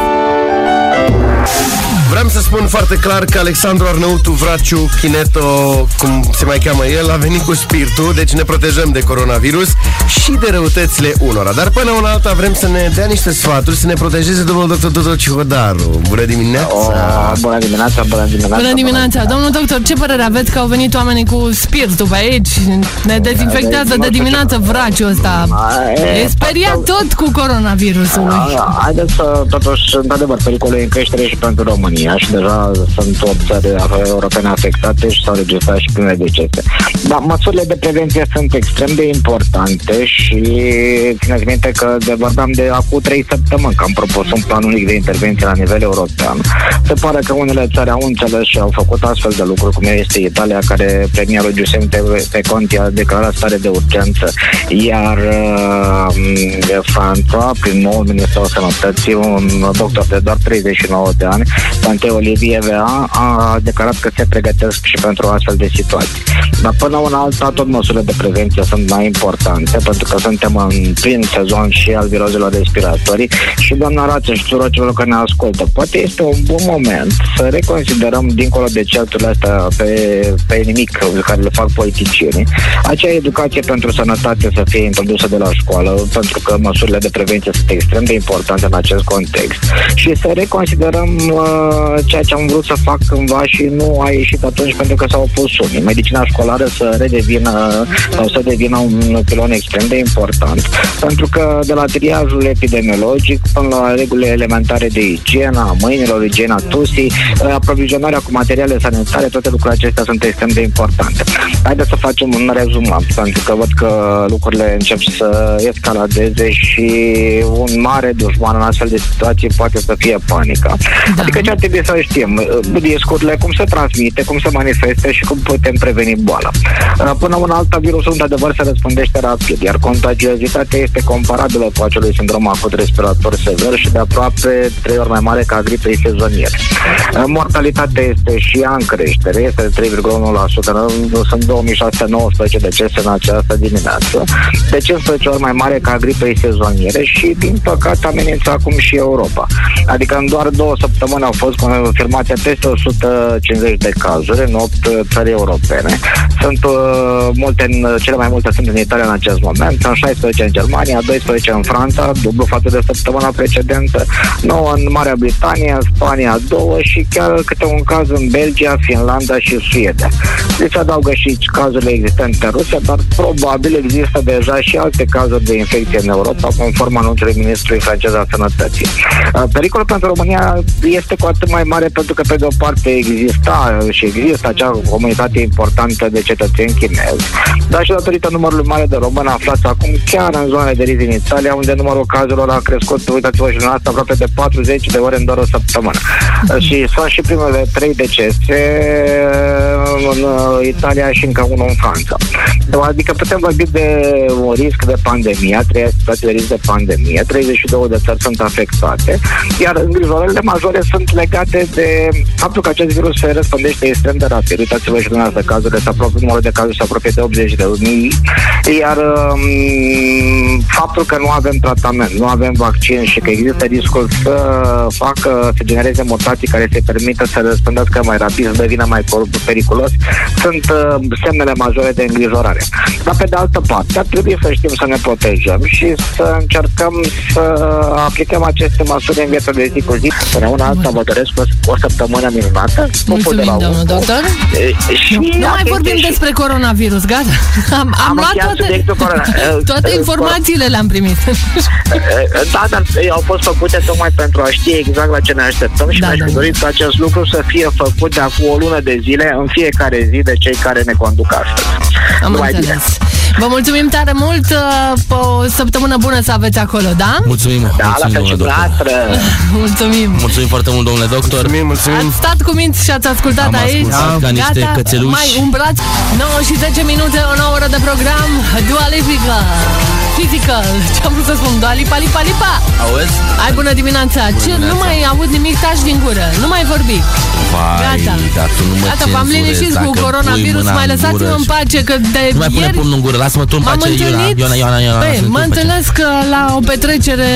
Vreau să spun foarte clar că Alexandru Arnăutu Vraciu, Chineto, cum se mai cheamă el, a venit cu spiritul, deci ne protejăm de coronavirus și de răutățile unora. Dar până una alta vrem să ne dea niște sfaturi, să ne protejeze domnul doctor Tudor Cihodaru. Bună Oh. dimineața! O, bună dimineața, bună dimineața. Bună dimineața, domnul doctor, ce părere aveți că au venit oamenii cu spiritul pe aici? Ne dezinfectează de dimineață vraciul ăsta. E speriat tot cu coronavirusul. A, a, Haideți să, totuși, într-adevăr, pericolul e în creștere și pentru România și deja sunt 8 țări europene afectate și s-au registrat și primele decese. Dar măsurile de prevenție sunt extrem de importante și țineți minte că de vorbeam de acum 3 săptămâni că am propus un plan unic de intervenție la nivel european. Se pare că unele țări au înțeles și au făcut astfel de lucruri, cum este Italia, care premierul Giuseppe pe Conti a declarat stare de urgență, iar uh, de Franța, prin nou ministru al sănătății, un doctor de doar 39 de ani, Dante Olivier Vea, a declarat că se pregătesc și pentru astfel de situații. Dar până una alta, tot măsurile de prevenție sunt mai importante, pentru că suntem în plin sezon și al virozelor respiratorii și doamna Rață și tuturor celor care ne ascultă. Poate este un bun moment să reconsiderăm, dincolo de certurile astea pe, pe nimic care le fac politicienii, acea educație pentru sănătate să fie introdusă de la școală, pentru că măsurile de prevenție sunt extrem de importante în acest context și să reconsiderăm uh, ceea ce am vrut să fac cândva și nu a ieșit atunci pentru că s-au opus unii. Medicina școlară să redevină sau să devină un pilon extrem de important, pentru că de la triajul epidemiologic până la regulile elementare de igiena, mâinilor, igiena tusii, uh, aprovizionarea cu materiale sanitare, toate lucrurile acestea sunt extrem de importante. Haideți să facem un rezumat, pentru că văd că lucrurile încep să escaladeze și un mare dușman în astfel de situații poate să fie panica. Da. Da. Adică ce ar trebui să știm? Riscurile, cum se transmite, cum se manifeste și cum putem preveni boala. Ă, Până una alta, virusul într-adevăr se răspândește rapid, iar contagiozitatea este comparabilă cu acelui sindrom acut respirator sever și de aproape trei ori mai mare ca gripei sezoniere. Mortalitatea este și ea în creștere, este de 3,1%, sunt 2619 decese în această dimineață, de 15 ori mai mare ca gripei sezoniere și, din păcate, amenință acum și Europa. Adică în doar două săptămâni au fost confirmate peste 150 de cazuri în 8 țări europene. Sunt uh, multe, în, cele mai multe sunt în Italia în acest moment, sunt 16 în Germania, 12 în Franța, dublu față de săptămâna precedentă, 9 în Marea Britanie, în Spania 2 și chiar câte un caz în Belgia, Finlanda și Suedia. Deci adaugă și cazurile existente în Rusia, dar probabil există deja și alte cazuri de infecție în Europa, conform anunțului ministrului francez al sănătății. Uh, Pericolul pentru România România este cu atât mai mare pentru că, pe de o parte, exista și există acea comunitate importantă de cetățeni chinezi, dar și datorită numărului mare de români aflați acum chiar în zonele de risc din Italia, unde numărul cazurilor a crescut, uitați-vă și dumneavoastră, aproape de 40 de ore în doar o săptămână. Și sunt și primele trei decese în uh, Italia și încă unul în Franța. Adică putem vorbi de un risc de pandemie, a treia situație de risc de pandemie, 32 de țări sunt afectate, iar îngrijorările majore sunt legate de faptul că acest virus se răspândește extrem de rapid. Uitați-vă și dumneavoastră cazurile, se apropie, numărul de cazuri se apropie de 80 de mii, iar um, faptul că nu avem tratament, nu avem vaccin și că există riscul să facă, să genereze mutații care se permită să răspândească mai rapid, să devină mai cor- periculos, sunt uh, semnele majore de îngrijorare. Dar pe de altă parte, ar trebui să știm să ne protejăm și să încercăm să aplicăm aceste măsuri în viața de zi cu zi. Până asta vă doresc o- o săptămână minunată. Scopul de la Mulțumim, domnul un- doctor. E, Și Nu mai atenție vorbim și- despre coronavirus, gata. Am, am luat încheiat toate, subiectul corona- eh, toate eh, informațiile le-am primit. Da, dar ei au fost făcute tocmai pentru a ști exact la ce ne așteptăm și Da, mi-aș da, fi da. dorit ca acest lucru să fie făcut de acum o lună de zile, în fiecare zi de cei care ne conduc astăzi. Am Numai bine. înțeles. Vă mulțumim tare mult, uh, o săptămână bună să aveți acolo, da? Mulțumim, Da, la mulțumim, fel și domnule doctor. dumneavoastră. Mulțumim. Mulțumim foarte mult, domnule doctor. Mulțumim, Ați mulțumim. stat cu minți și ați ascultat Am aici. ascultat ca niște Gata, cățeluși. mai umbrați. 9 și 10 minute, o nouă oră de program. Dua Lipica. Physical. Ce am vrut să spun? Dua Lipa, Lipa, Lipa. Auzi? Ai bună dimineața. Ce? Nu dimineața. mai aud nimic, taci din gură. Nu mai vorbi. Vai, Gata. dar tu nu mă Gata, v-am cenzurezi liniștit cu dacă pui coronavirus. mâna în Mai gură lăsați-mă în și- pace, că de Nu mai pune ieri pumnul în gură, lasă-mă tu în M-am pace, Iona, întâlnit Iona, Iona, Iona, Băi, lasă-mă tu mă în pace. întâlnesc că la o petrecere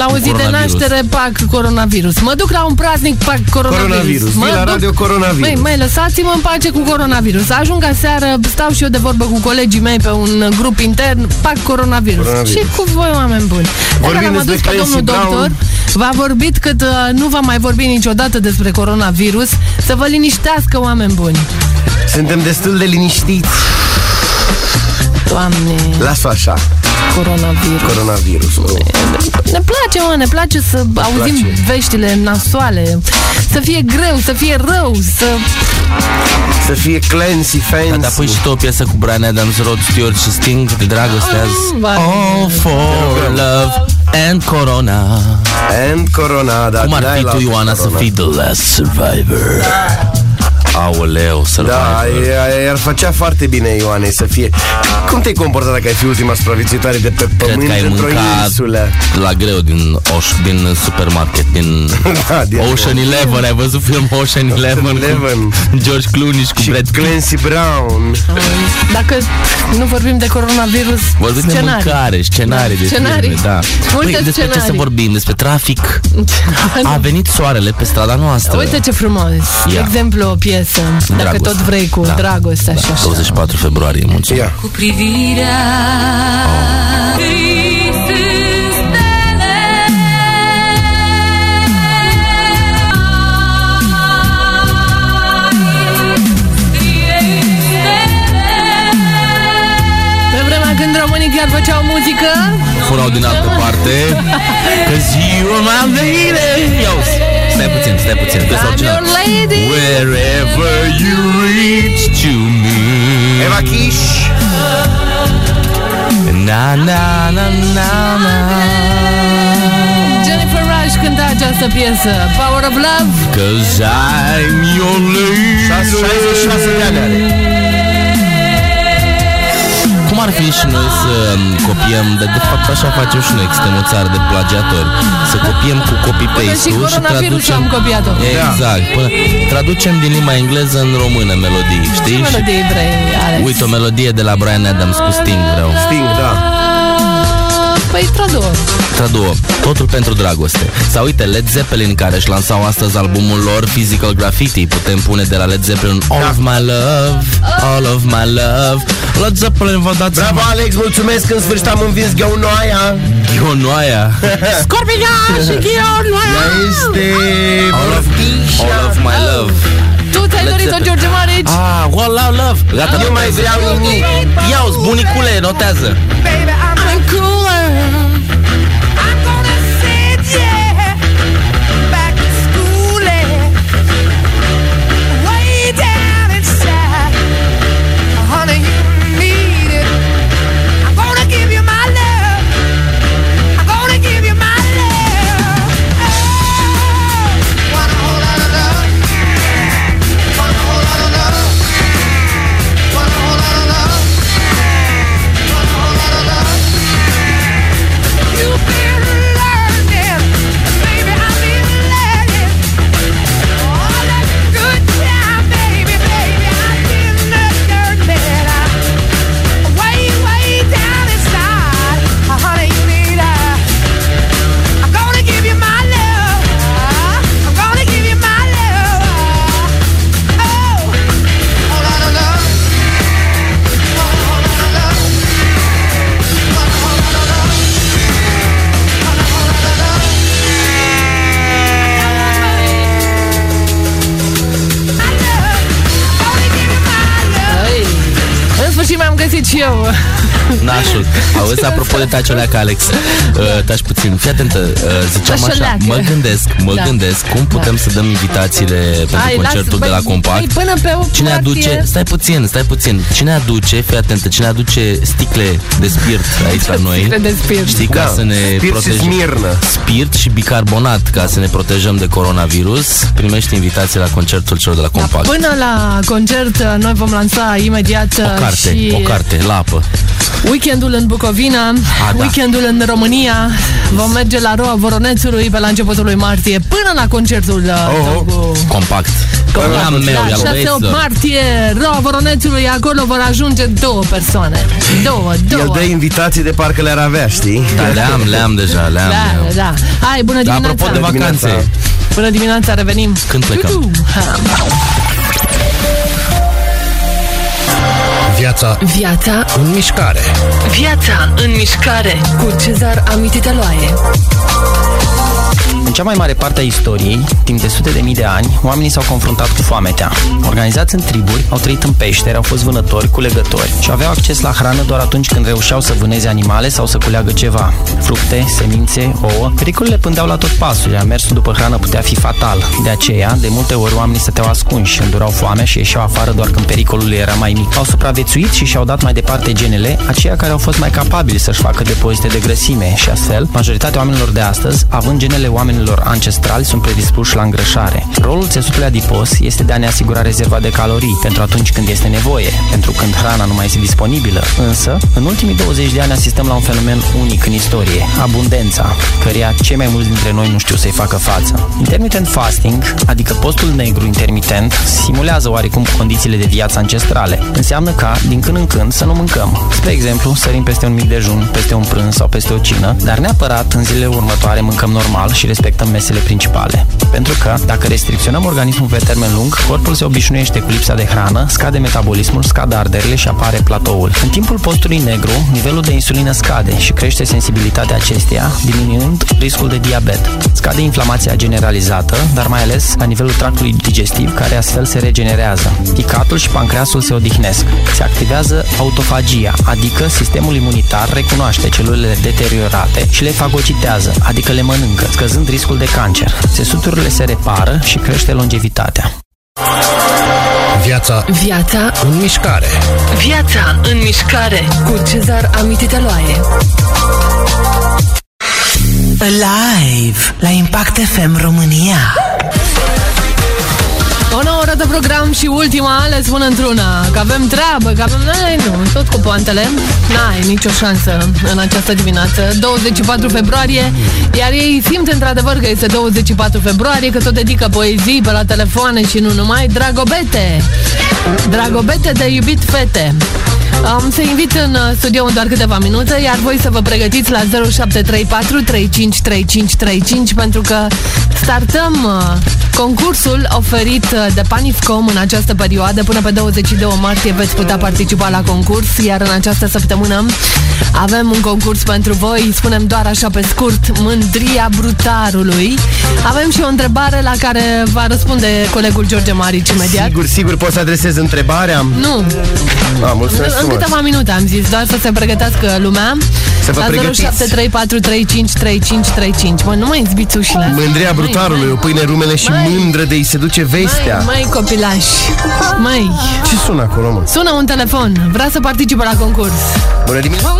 La o Cu zi de coronavirus. naștere Pac coronavirus Mă duc la un praznic Pac coronavirus, Coronavirus. Vii mă la radio coronavirus. Băi, mai lăsați-mă în pace cu coronavirus Ajung aseară, stau și eu de vorbă cu colegii mei Pe un grup intern Pac coronavirus, Coronavirus. Și cu voi, oameni buni Dar Vorbim am despre adus pe Clancy domnul Brown. doctor V-a vorbit că nu va mai vorbi niciodată despre coronavirus Să vă liniștească, oameni buni Suntem destul de liniștiți. Doamne, Las-o așa, coronavirus coronavirusul. Ne place, mă, ne place să auzim place. veștile nasoale, să fie greu, să fie rău, să... Să fie Clancy Da, fans. dar pui și tu o piesă cu Brian Adams, Rod Stewart și Sting de dragoste azi. Ah, Vai. All for love and corona And Corona, da. Cum ar dai fi la tu, Ioana, să Corona. fii the last survivor? Aoleu, Da, survivor i- i-ar făcea foarte bine, Ioane, să fie... Cum te-ai comportat dacă ai fi ultima supraviețuitoare de pe Cred pământ că ai într-o mâncat insulă? la greu din, Oș, din supermarket, din Da, din Ocean Eleven. Ai văzut filmul Ocean Eleven Eleven. cu George Clooney și cu Și Brad Pitt? Clancy Brown. Dacă nu vorbim de coronavirus, Vorbim de scenarii. mâncare, scenarii de Scenarii. filme, da. Multe Păi, despre ce scenarii. să vorbim? Despre trafic? A venit soarele pe strada noastră. Uite ce frumos. De Ia. exemplu, o piesă, dacă Dragoste. tot vrei, cu Da. dragoste, așa, așa. 24 februarie, mulțumesc. Ia. Pe vremea când românii chiar făceau muzică, Furau din altă parte. Cause you are my lady. Yo, stai puțin, stai puțin. Trebuie să I'm original. your lady. Wherever you reach to me. Eva Kish. Na, na, na, na, na. Jennifer Rush cânta această piesă, Power of Love. Cause I'm your lady. 66 de ani are. Cum ar fi și noi să um, copiem, de, de fapt așa facem și noi, că suntem o țară de plagiatori, să copiem cu Păi și copy-paste-ul și, coronavirusul traducem... am Da. copiat-o. Exact. Până, traducem din limba engleză în română melodii, știi? Și Melodii evrei, Alex. Uite o melodie de la Brian Adams cu Sting vreau Sting, da. Păi tradu Tradu-o, totul pentru dragoste Sau uite Led Zeppelin care își lansau astăzi albumul lor Physical Graffiti Putem pune de la Led Zeppelin All of my love, all of my love Led Zeppelin vă dați Bravo, Alex, mulțumesc, în sfârșit am învins gheonoaia. Ionoaia Scorpiga și Ionoaia Ea este... All of, all of my love Tu ți-ai Led dorit-o, Zeppelin. George Marici? Ah, all our love Gata, Nu mai vreau nimic. Ia-uzi, bunicule, notează Ah. I'm cooler I'm gonna sit, yeah, back Oh. și mi-am găsit și eu. Nașul. Auzi, apropo de tacioleacă, Alex, uh, taci puțin. Fii atentă, uh, ziceam așa, Tacioleacă. mă gândesc, mă Da. gândesc cum putem să dăm invitațiile pentru concertul de băi, la Compact. băi, Până pe 8 Cine martie, aduce, stai puțin, stai puțin Cine aduce, fii atentă, cine aduce sticle de spirit aici la noi Sticle de spirit. Știi, ca Da, să ne spirit și protejăm smirnă. Spirit și bicarbonat, ca să ne protejăm de coronavirus Primești invitații la concertul celor de la Compact Da, Până la concert, uh, noi vom lansa imediat uh, O carte, și o carte, la apă weekendul în Bucovina, da. weekendul în România. Vom merge la Roa Voronețului pe la începutul lui martie, până la concertul uh, Oh, tău oh. cu Compact Ăla am meu, la i-al lui 6 Acer. martie, Roa Voronețului, acolo vor ajunge două persoane. Două, El două. dă invitații de parcă le-ar avea, știi? Da, le-am, le-am deja, le-am, le-am. Da, da. Hai, bună Dar dimineața. apropo de Bună vacanțe, dimineața. Bună dimineața, revenim. Când plecăm? Tudu! Ha. Viața Viața, în mișcare viața în mișcare cu Cezar Amititaloae. În cea mai mare parte a istoriei, timp de sute de mii de ani, oamenii s-au confruntat cu foametea. Organizați în triburi, au trăit în peșteri, au fost vânători, culegători și aveau acces la hrană doar atunci când reușeau să vâneze animale sau să culeagă ceva. Fructe, semințe, ouă, pericolele pândeau la tot pasul, iar mersul după hrană putea fi fatal. De aceea, de multe ori oamenii stăteau ascunși, îndurau foame și ieșeau afară doar când pericolul le era mai mic. Au supraviețuit și și-au dat mai departe genele, aceia care au fost mai capabili să-și facă depozite de grăsime și astfel, majoritatea oamenilor de astăzi, având genele oamenilor ancestrali, sunt predispuși la îngrășare. Rolul țesutului adipos este de a ne asigura rezerva de calorii pentru atunci când este nevoie, pentru când hrana nu mai este disponibilă. Însă, în ultimii 20 de ani asistăm la un fenomen unic în istorie, abundența, căreia cei mai mulți dintre noi nu știu să-i facă față. Intermittent fasting, adică postul negru intermitent, simulează oarecum condițiile de viață ancestrale. Înseamnă ca, din când în când, să nu mâncăm. Spre exemplu, sărim peste un mic dejun, peste un prânz sau peste o cină, dar neapărat în zilele următoare mâncăm normal și respectăm mesele principale. Pentru că, dacă restricționăm organismul pe termen lung, corpul se obișnuiește cu lipsa de hrană, scade metabolismul, scad arderile și apare platoul. În timpul postului negru, nivelul de insulină scade și crește sensibilitatea acesteia, diminuând riscul de diabet. Scade inflamația generalizată, dar mai ales la nivelul tractului digestiv, care astfel se regenerează. Picatul și pancreasul se odihnesc. Se activează autofagia, adică sistemul imunitar recunoaște celulele deteriorate și le fagocitează, adică le mănâncă, scăzând riscul de cancer. Țesuturile se repară și crește longevitatea. Viața Viața, Da. în mișcare viața în mișcare cu Cezar Amititaloae. Live la Impact FM România. O nouă oră de program și ultima le spun într-una Că avem treabă, că avem... Ai, nu, tot cu poantele N-ai nicio șansă în această dimineață 24 februarie Iar ei simt într-adevăr că este 24 februarie Că tot dedică poezii pe la telefoane și nu numai Dragobete Dragobete de iubit fete am să invit în uh, studio în doar câteva minute, iar voi să vă pregătiți la 0734 353535 pentru că startăm uh, concursul oferit uh, de Panif.com în această perioadă. Până pe 22 martie veți putea participa la concurs, iar în această săptămână avem un concurs pentru voi, spunem doar așa pe scurt, mândria brutarului. Avem și o întrebare la care va răspunde colegul George Marici imediat. Sigur, sigur, poți să adresez întrebarea? Nu, Da, în, mulțumesc în frumos. câteva minute am zis, doar să se pregătească lumea. Să vă la pregătiți. 0734353535. Mă, nu mai zbiți ușile. Mândria brutarului, o pâine rumele și Mai. mândră de ei se duce vestea. Mai, mai copilași. Mai. Ce sună acolo, mă? Sună un telefon. Vrea să participe la concurs. Bună dimineața!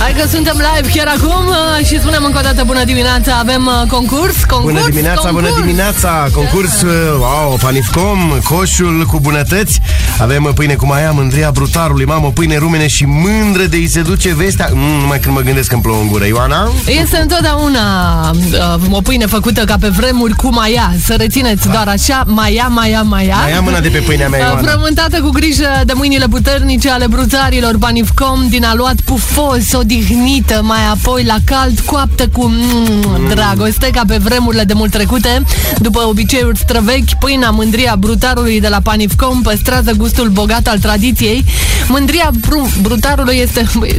Hai că suntem live chiar acum uh, și spunem încă o dată bună dimineața. Avem uh, concurs, concurs, Bună dimineața, concurs. bună dimineața! Concurs, uh, wow, Panif.com, coșul cu bunătăți. Avem uh, pâine cu maia, mândria brutarului, mamă, pâine rumene și mândră de i se duce vestea. Mm, numai când mă gândesc că îmi plouă în gură, Ioana. Este întotdeauna uh, o pâine făcută ca pe vremuri cu maia. Să rețineți doar așa, maia, maia, maia. Mai ia mâna de pe pâinea mea, Uh, Ioana. Frământată cu grijă de mâinile puternice ale brutarilor Banifcom din aluat pufos, odihnită, mai apoi la cald, coaptă cu mm, dragoste, ca pe vremurile de mult trecute. După obiceiuri străvechi, pâinea mândria brutarului de la Panifcom păstrează gustul bogat al tradiției. Mândria bru- brutarului este... băi,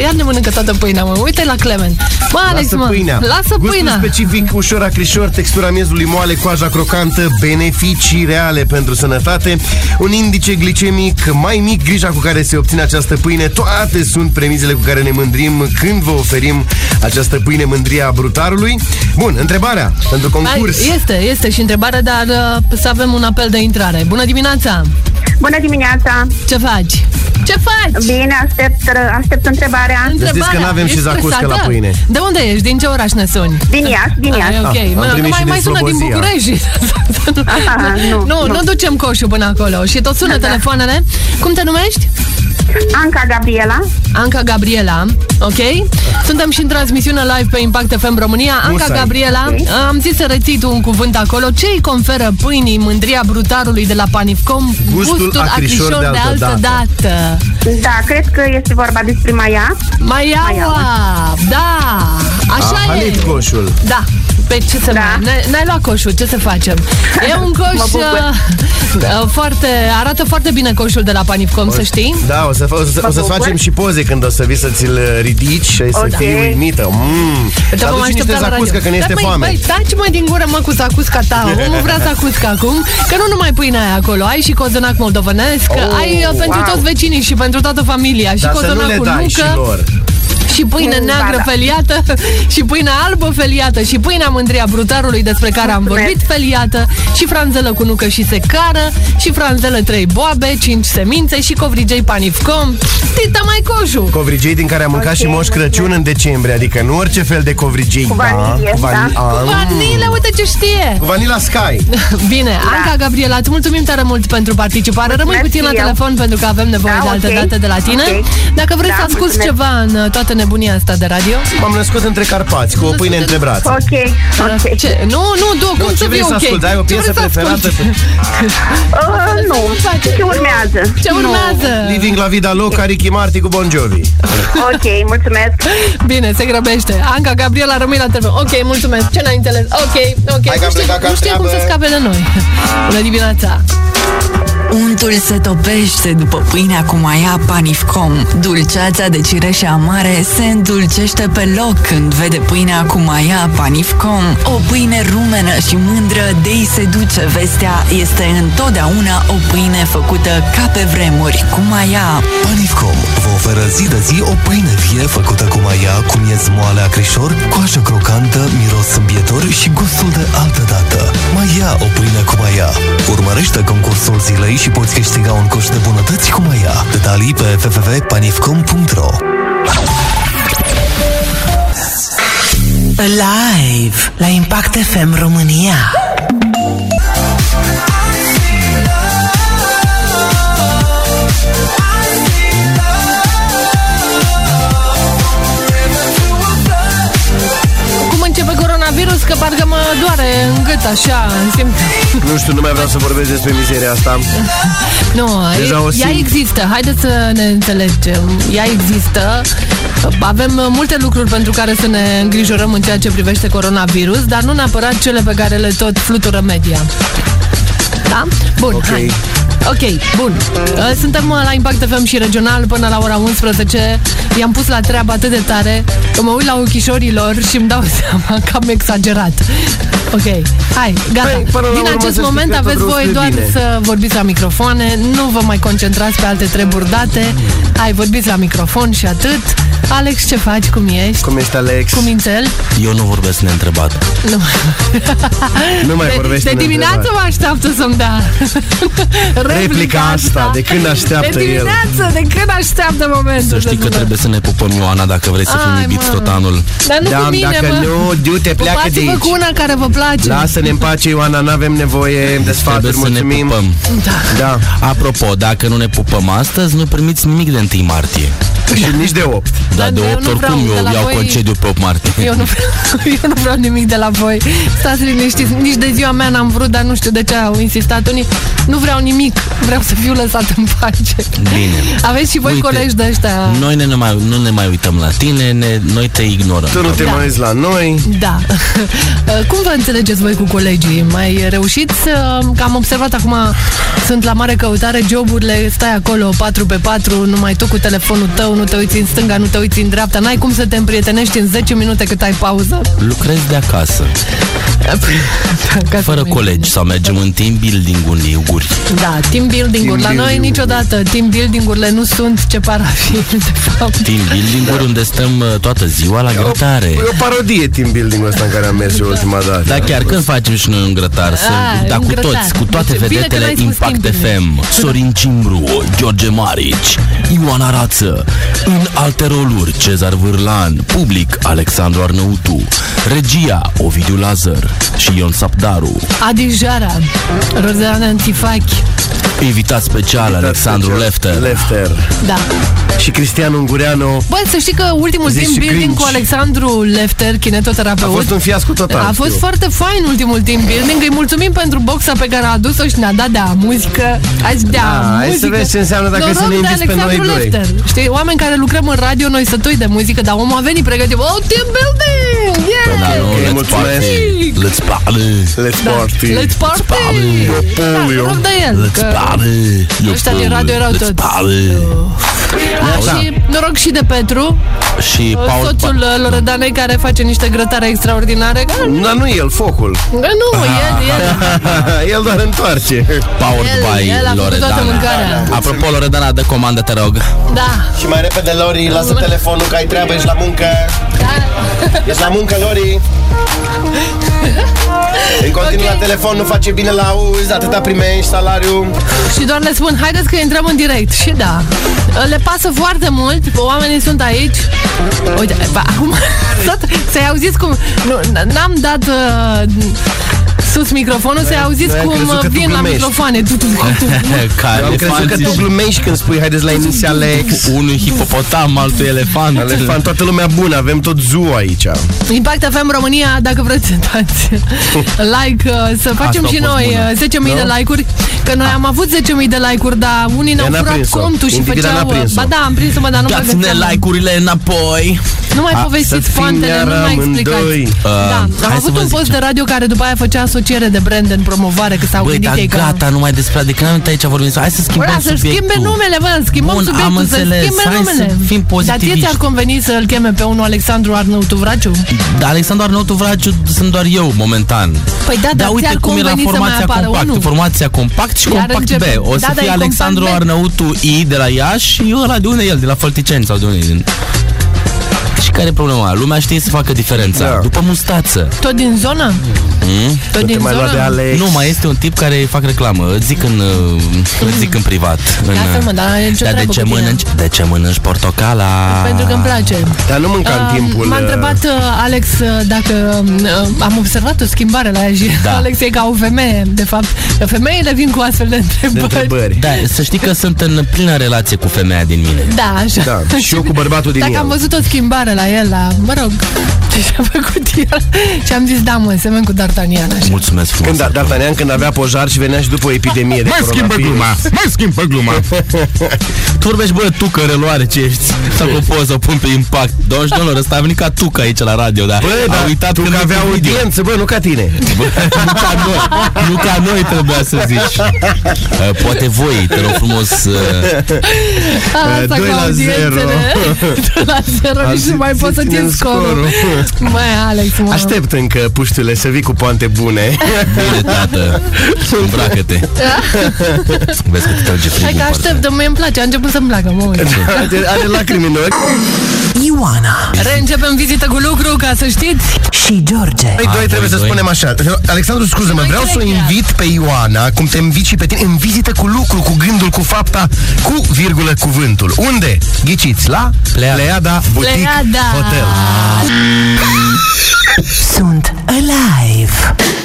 Iar ne mănâncă toată pâinea, mă. Uite la Clement. Mă, Alex, Lasă mă. pâinea. Lasă Gustul pâinea. specific, ușor acrișor, textura miezului moale, coaja crocantă, beneficii reale pentru sănătate, un indice glicemic mai mic, grija cu care se obține această pâine, toate sunt premizele cu care ne mândrim când vă oferim această pâine mândria brutarului. Bun, întrebarea pentru concurs. Hai, este, este și întrebare, dar uh, să avem un apel de intrare. Bună dimineața! Bună dimineața! Ce faci? Ce faci? Bine, aștept, aștept întrebarea. eh? Să știți că n-avem și ești zacuscă stresată? la pâine. De unde ești? Din ce oraș ne suni? Din Iași, din Iași. Ah, Ah, ok, am mă, primit nu mai, și mai din sună din Slobozia. București. Aha, nu, nu, nu. Da, nu ducem coșul până acolo și tot sună telefoanele. Cum te numești? Anca Gabriela. Anca Gabriela, ok? Suntem și în transmisiune live pe Impact FM România. Anca Musai. Gabriela, am zis să reții tu un cuvânt acolo. Ce îi conferă pâinii mândria brutarului de la Panifcom? Gustul acrișor de altă dată. dată. Da, cred că este vorba despre Maia. Maiaua, da, așa A Ah, halit e. coșul. Da, pe ce să da. mai... N-ai luat coșul, ce să facem? E un Mă coș bucur. uh, uh, foarte... Arată foarte bine coșul de la Panifcom, să știi. Da, o să, fa- o să, o să bucur. facem și poze când o să vii să-ți-l uh, ridici și ai să Ok. fii uimită. Mm. Și Te vom aduci niște aștepta la zacuscă radio. când este Dar, foame. Băi, taci mă din gură, mă, cu zacusca ta. Omul vrea zacusca acum, că nu numai pâinea aia acolo. Ai și cozonac moldovenesc, Oh, oh, ai uh, pentru wow. toți vecinii și pentru toată familia. Și Dar să nu cozonac le cu dai și nucă. lor. Și pâine Mm, neagră ba da. feliată Și pâine albă feliată Și pâinea mândria brutarului despre care am Mulțumesc. vorbit Feliată și franzelă cu nucă și secară Și franzelă trei boabe 5 semințe și covrigei panifcom Tita mai coșu Covrigei din care am mâncat și Moș Crăciun în decembrie, adică nu orice fel de covrigei. Cu vanilie, da? vani- da. Am. Cu vanile, uite ce știe Cu vanila Sky. Bine, Anca Gabriela, îți mulțumim tare mult pentru participare. Rămâi puțin la Da. și eu. telefon pentru că avem nevoie Da, de altă ok. dată de la tine. Ok. Dacă vrei Da, să asculti mulțumesc. ceva în uh, toată nebunia asta de radio. M-am născut între Carpați, cu o pâine între brațe. Ok, ok. Ah, Ce? Nu, nu, du, cum ce să vrei fie să ok? asculti? Ai o Ce piesă vrei să preferată? asculti? Uh, nu. Ce urmează? Ce urmează? Living la vida loca, Ricky Marti cu Bon Jovi. Ok, mulțumesc. Bine, se grăbește. Anca Gabriela, rămâi la telefon. Ok, mulțumesc. Ce n-ai înțeles? Ok, ok. Hai că nu am știe, plecat ca nu știe cum treabă. să scape de noi. Bună dimineața! Untul se topește după pâinea cu maia Panifcom. Dulceața de cireșe amare se îndulcește pe loc când vede pâinea cu maia Panifcom. O pâine rumenă și mândră de ei se duce vestea este întotdeauna o pâine făcută ca pe vremuri cu maia. Panifcom vă oferă zi de zi o pâine vie făcută cu maia, cu miez moale acrișor, coajă crocantă, miros îmbietor și gustul de altă dată. Maia, o pâine cu maia. Urmărește concursul zilei și poți câștiga un coș de bunătăți cu maia. Detalii pe www.panifcom.ro Live la Impact FM România. Cum începe coronavirus? Că parcă mă doare în gât, așa, simt. Nu știu, nu mai vreau să vorbesc despre mizeria asta. Nu, Deja o e- ea simt. există, haideți să ne înțelegem. Ea există. Avem uh, multe lucruri pentru care să ne îngrijorăm în ceea ce privește coronavirus, dar nu neapărat cele pe care le tot flutură media. Da? Bun, okay. hai. Ok, bun. Uh, Suntem uh, la Impact FM și regional până la ora 11. I-am pus la treabă atât de tare că mă uit la ochișorii lor și îmi dau seama că am exagerat. Ok, hai, gata. Păi, până la Din urmă să acest știi moment că tot aveți rău voie spre doar bine. să să vorbiți la microfoane, nu vă mai concentrați pe alte treburi date. Hai, vorbiți la microfon și atât. Alex, ce faci? Cum ești? Cum ești, Alex? Cu mințel? Eu nu vorbesc neîntrebat. Nu. Nu mai vorbește de, de dimineață mă așteaptă să-mi dea da. Replica asta, de când așteaptă De el. dimineață, de când așteaptă momentul Să știi că trebuie să ne pupăm Ioana dacă vrei să Ai, fim iubiți mă. tot anul. Dar nu Da, cu mine, dacă mă. nu, du-te, pleacă de Pupați-vă aici. cu una care vă place Lasă-ne în pace, Ioana, n-avem nevoie de Trebuie sfaturi, să ne mulțumim. pupăm. Da. Apropo, dacă nu ne pupăm astăzi, nu primiți nimic de 1 martie. Și nici de 8. Da, de eu 8 nu vreau oricum de la eu iau voi- concediu pe 8 martie. Păi Eu nu, vreau, eu nu vreau nimic de la voi. Stați liniștiți. Nici de ziua mea n-am vrut, dar nu știu de ce au insistat unii. Nu vreau nimic. Vreau să fiu lăsat în pace. Bine. Aveți și voi Uite, colegi de ăștia. Noi ne, ne mai, nu ne mai uităm la tine, ne, noi te ignorăm. Tu nu te Da. mai uiți la noi. Da. Cum vă înțelegeți voi cu colegii? Mai reușiți? Că am observat acum, sunt la mare căutare, joburile, stai acolo 4 pe 4, numai tu cu telefonul tău, nu te uiți în stânga, nu te uiți în dreapta, n-ai cum să te împrietenești în 10 minute cât ai pauză. Lucrez de acasă. Fără colegi sau mergem în team building în Liguri. Da, team building-uri. La Team noi building-uri. niciodată da. team building-urile nu sunt ce par a fi, de fapt. Team building da. unde stăm uh, toată ziua la grătare. E o parodie team building-ul ăsta în care am mers eu ultima dată. Da, chiar când facem și noi un grătar? Să, Ah, da, un cu grătar. toți, cu toate Deci, bine că vedetele n-ai spus Impact Team Building. FM, Sorin Cimbru, George Marici, Ioana Rață, în alte roluri Cezar Vârlan, public Alexandru Arnăutu, regia Ovidiu Lazar și Ion Sapdaru. Adi Jara, Rozana Antifachi, Invitat special Alexandru Lefter. Da, Lefter. da. Și Cristian Ungureanu Bă, să știi că ultimul Zici team și building cringe. cu Alexandru Lefter, a kinetoterapeut, fost un fiasco total. A fost știu. foarte fain ultimul team building. Îi mulțumim pentru boxa pe care a adus-o și ne-a dat de muzică. Azi de Da, hai să muzică. vezi ce înseamnă dacă Noroc să ne de inviți pe noi Alexandru doi. Lefter. Știi, oameni care lucrăm în radio, noi sătui de muzică, dar omul a venit pregătit. Oh, team building! Yeah! Da, nu, let's mulțumesc. party. Let's party. Let's party. Da. Let's party. Da, mă rog de el, Let's că party. ăștia din radio erau Let's toți. party. Da, și noroc și de Petru, Și Paul soțul uh, Loredanei care face niște grătare extraordinare. Că Dar nu el, focul. Ah, nu, da, el, el. el doar întoarce. Powered El- by el a făcut Loredana. toată mâncarea. Apropo, Loredana, dă comandă, te rog. Da, Și mai repede, Lori, lasă telefonul că ai treabă, ești la muncă. da. Ești la muncă, Lori. În continuu la telefon, nu face bine la auzi, atâta primești salariu. Și doar le spun, haideți că intrăm în direct. Și da, le pasă foarte mult, oamenii sunt aici. Uite, ba, acum, tot, să-i auziți cum... Nu, n- n-am dat... Uh, sus microfonul, să-i auziți noi am cum crezut că tu vin la glumești. microfoane. Tu, tu, tu, tu. Care Eu am crezut că tu glumești când spui Haideți la Enis Alex Unul hipopotam, altul elefant Elefant, toată lumea bună, avem tot zoo aici Impact FM România, dacă vreți să dați like, uh, să facem a și fost noi bună. uh, 10.000 de Da? like-uri, că noi am avut 10.000 de like-uri, dar unii ne-au Ea n-a furat prins-o. contul și Individa făceau... n-a uh, prins-o. Ba da, am prins-o, mă, dar nu mă Dați-ne gândeam. like-urile înapoi Nu mai A, povestiți să fim fantele, nu iar mai explicați. amândoi. Uh, da, hai am să avut vă un zic post de radio care după aia făcea asociere de brand în promovare, că s-au Băi, gândit dar ei că... gata, nu mai despre De când am venit aici vorbim Hai să schimbăm Bă, să subiectul schimbe numele, bă, schimbăm Bun, subiectul, am să înțeles. schimbe Hai să numele. fim Dar ție pozitiviști. ți-ar conveni să-l cheme pe unul Alexandru Arnăutu Vraciu? Dar Da, Alexandru Arnautu Vraciu sunt doar eu momentan Păi da, Dar dar uite ți-ar cum era conveni să mai formația apară compact unul. Formația compact și Iar compact B începem. O să Da, dar e fie Alexandru compact B. Arnautu I de la Iași și ăla de unde e el? De la Fălticeni sau de unde e din... Și care e problema? Lumea știe să facă diferența După mustață Tot din zonă? Mm? Tot din zonă? Nu, mai este un tip care fac reclamă. Îți zic în, uh, îți zic în privat. În, Lasă, mă, dar are nicio dar de treabă ce, cu tine. mănânci, Ah. de ce mănânci portocala? Pentru că îmi place. Dar nu mânca Uh, în timpul M-a uh, întrebat uh, Alex uh, dacă uh, am observat o schimbare la ea și Da. Alex e ca o femeie, de fapt. Că femeile vin cu astfel de de întrebări. Da, să știi că sunt în plină relație cu femeia din mine. Da, așa. Da, și eu cu bărbatul din Dacă el. am văzut o schimbare la el, la, mă rog, ce și-a făcut el și am zis, da, mă, semăn cu D'Artagnan, așa. Mulțumesc frumos. Când da, D'Artagnan când avea pojar și venea și după o epidemie de Mai schimbă gluma, mai schimbă gluma. Tu vorbești, bă, tu că reloare ce ești. Să o poză, o pun pe impact. Domnilor, ăsta a venit ca tu ca aici la radio, dar Bă, a dar uitat tu când că e cu avea video. audiență, bă, nu ca tine. Da. Bă, nu ca noi, nu ca noi trebuia să zici. Uh, Poate voi, te rog frumos. uh, Asta doi cu la audiențele. zero. Doi la zero, nici nu mai poți să țin scorul. Mai Alex, mă. Aștept încă, puștule, să vii cu poante bune. Bine, tată, îmbracă-te. Da. Vezi că te trage Hai că frigul. aștept, dar mie îmi place, a început să-mi placă, mă uit. Are, are lacrimi în ochi. Ioana. Reîncepem vizită cu lucru, ca să știți. Și George. Noi doi trebuie să spunem așa. Alexandru, scuză-mă, vreau să o invit pe Ioana, cum te invit și pe tine, în vizită cu lucru, cu gândul, cu fapta, cu virgulă cuvântul. Unde? Ghiciți, la da. Pleada, Boutique Pleada. Hotel. Sunt Alive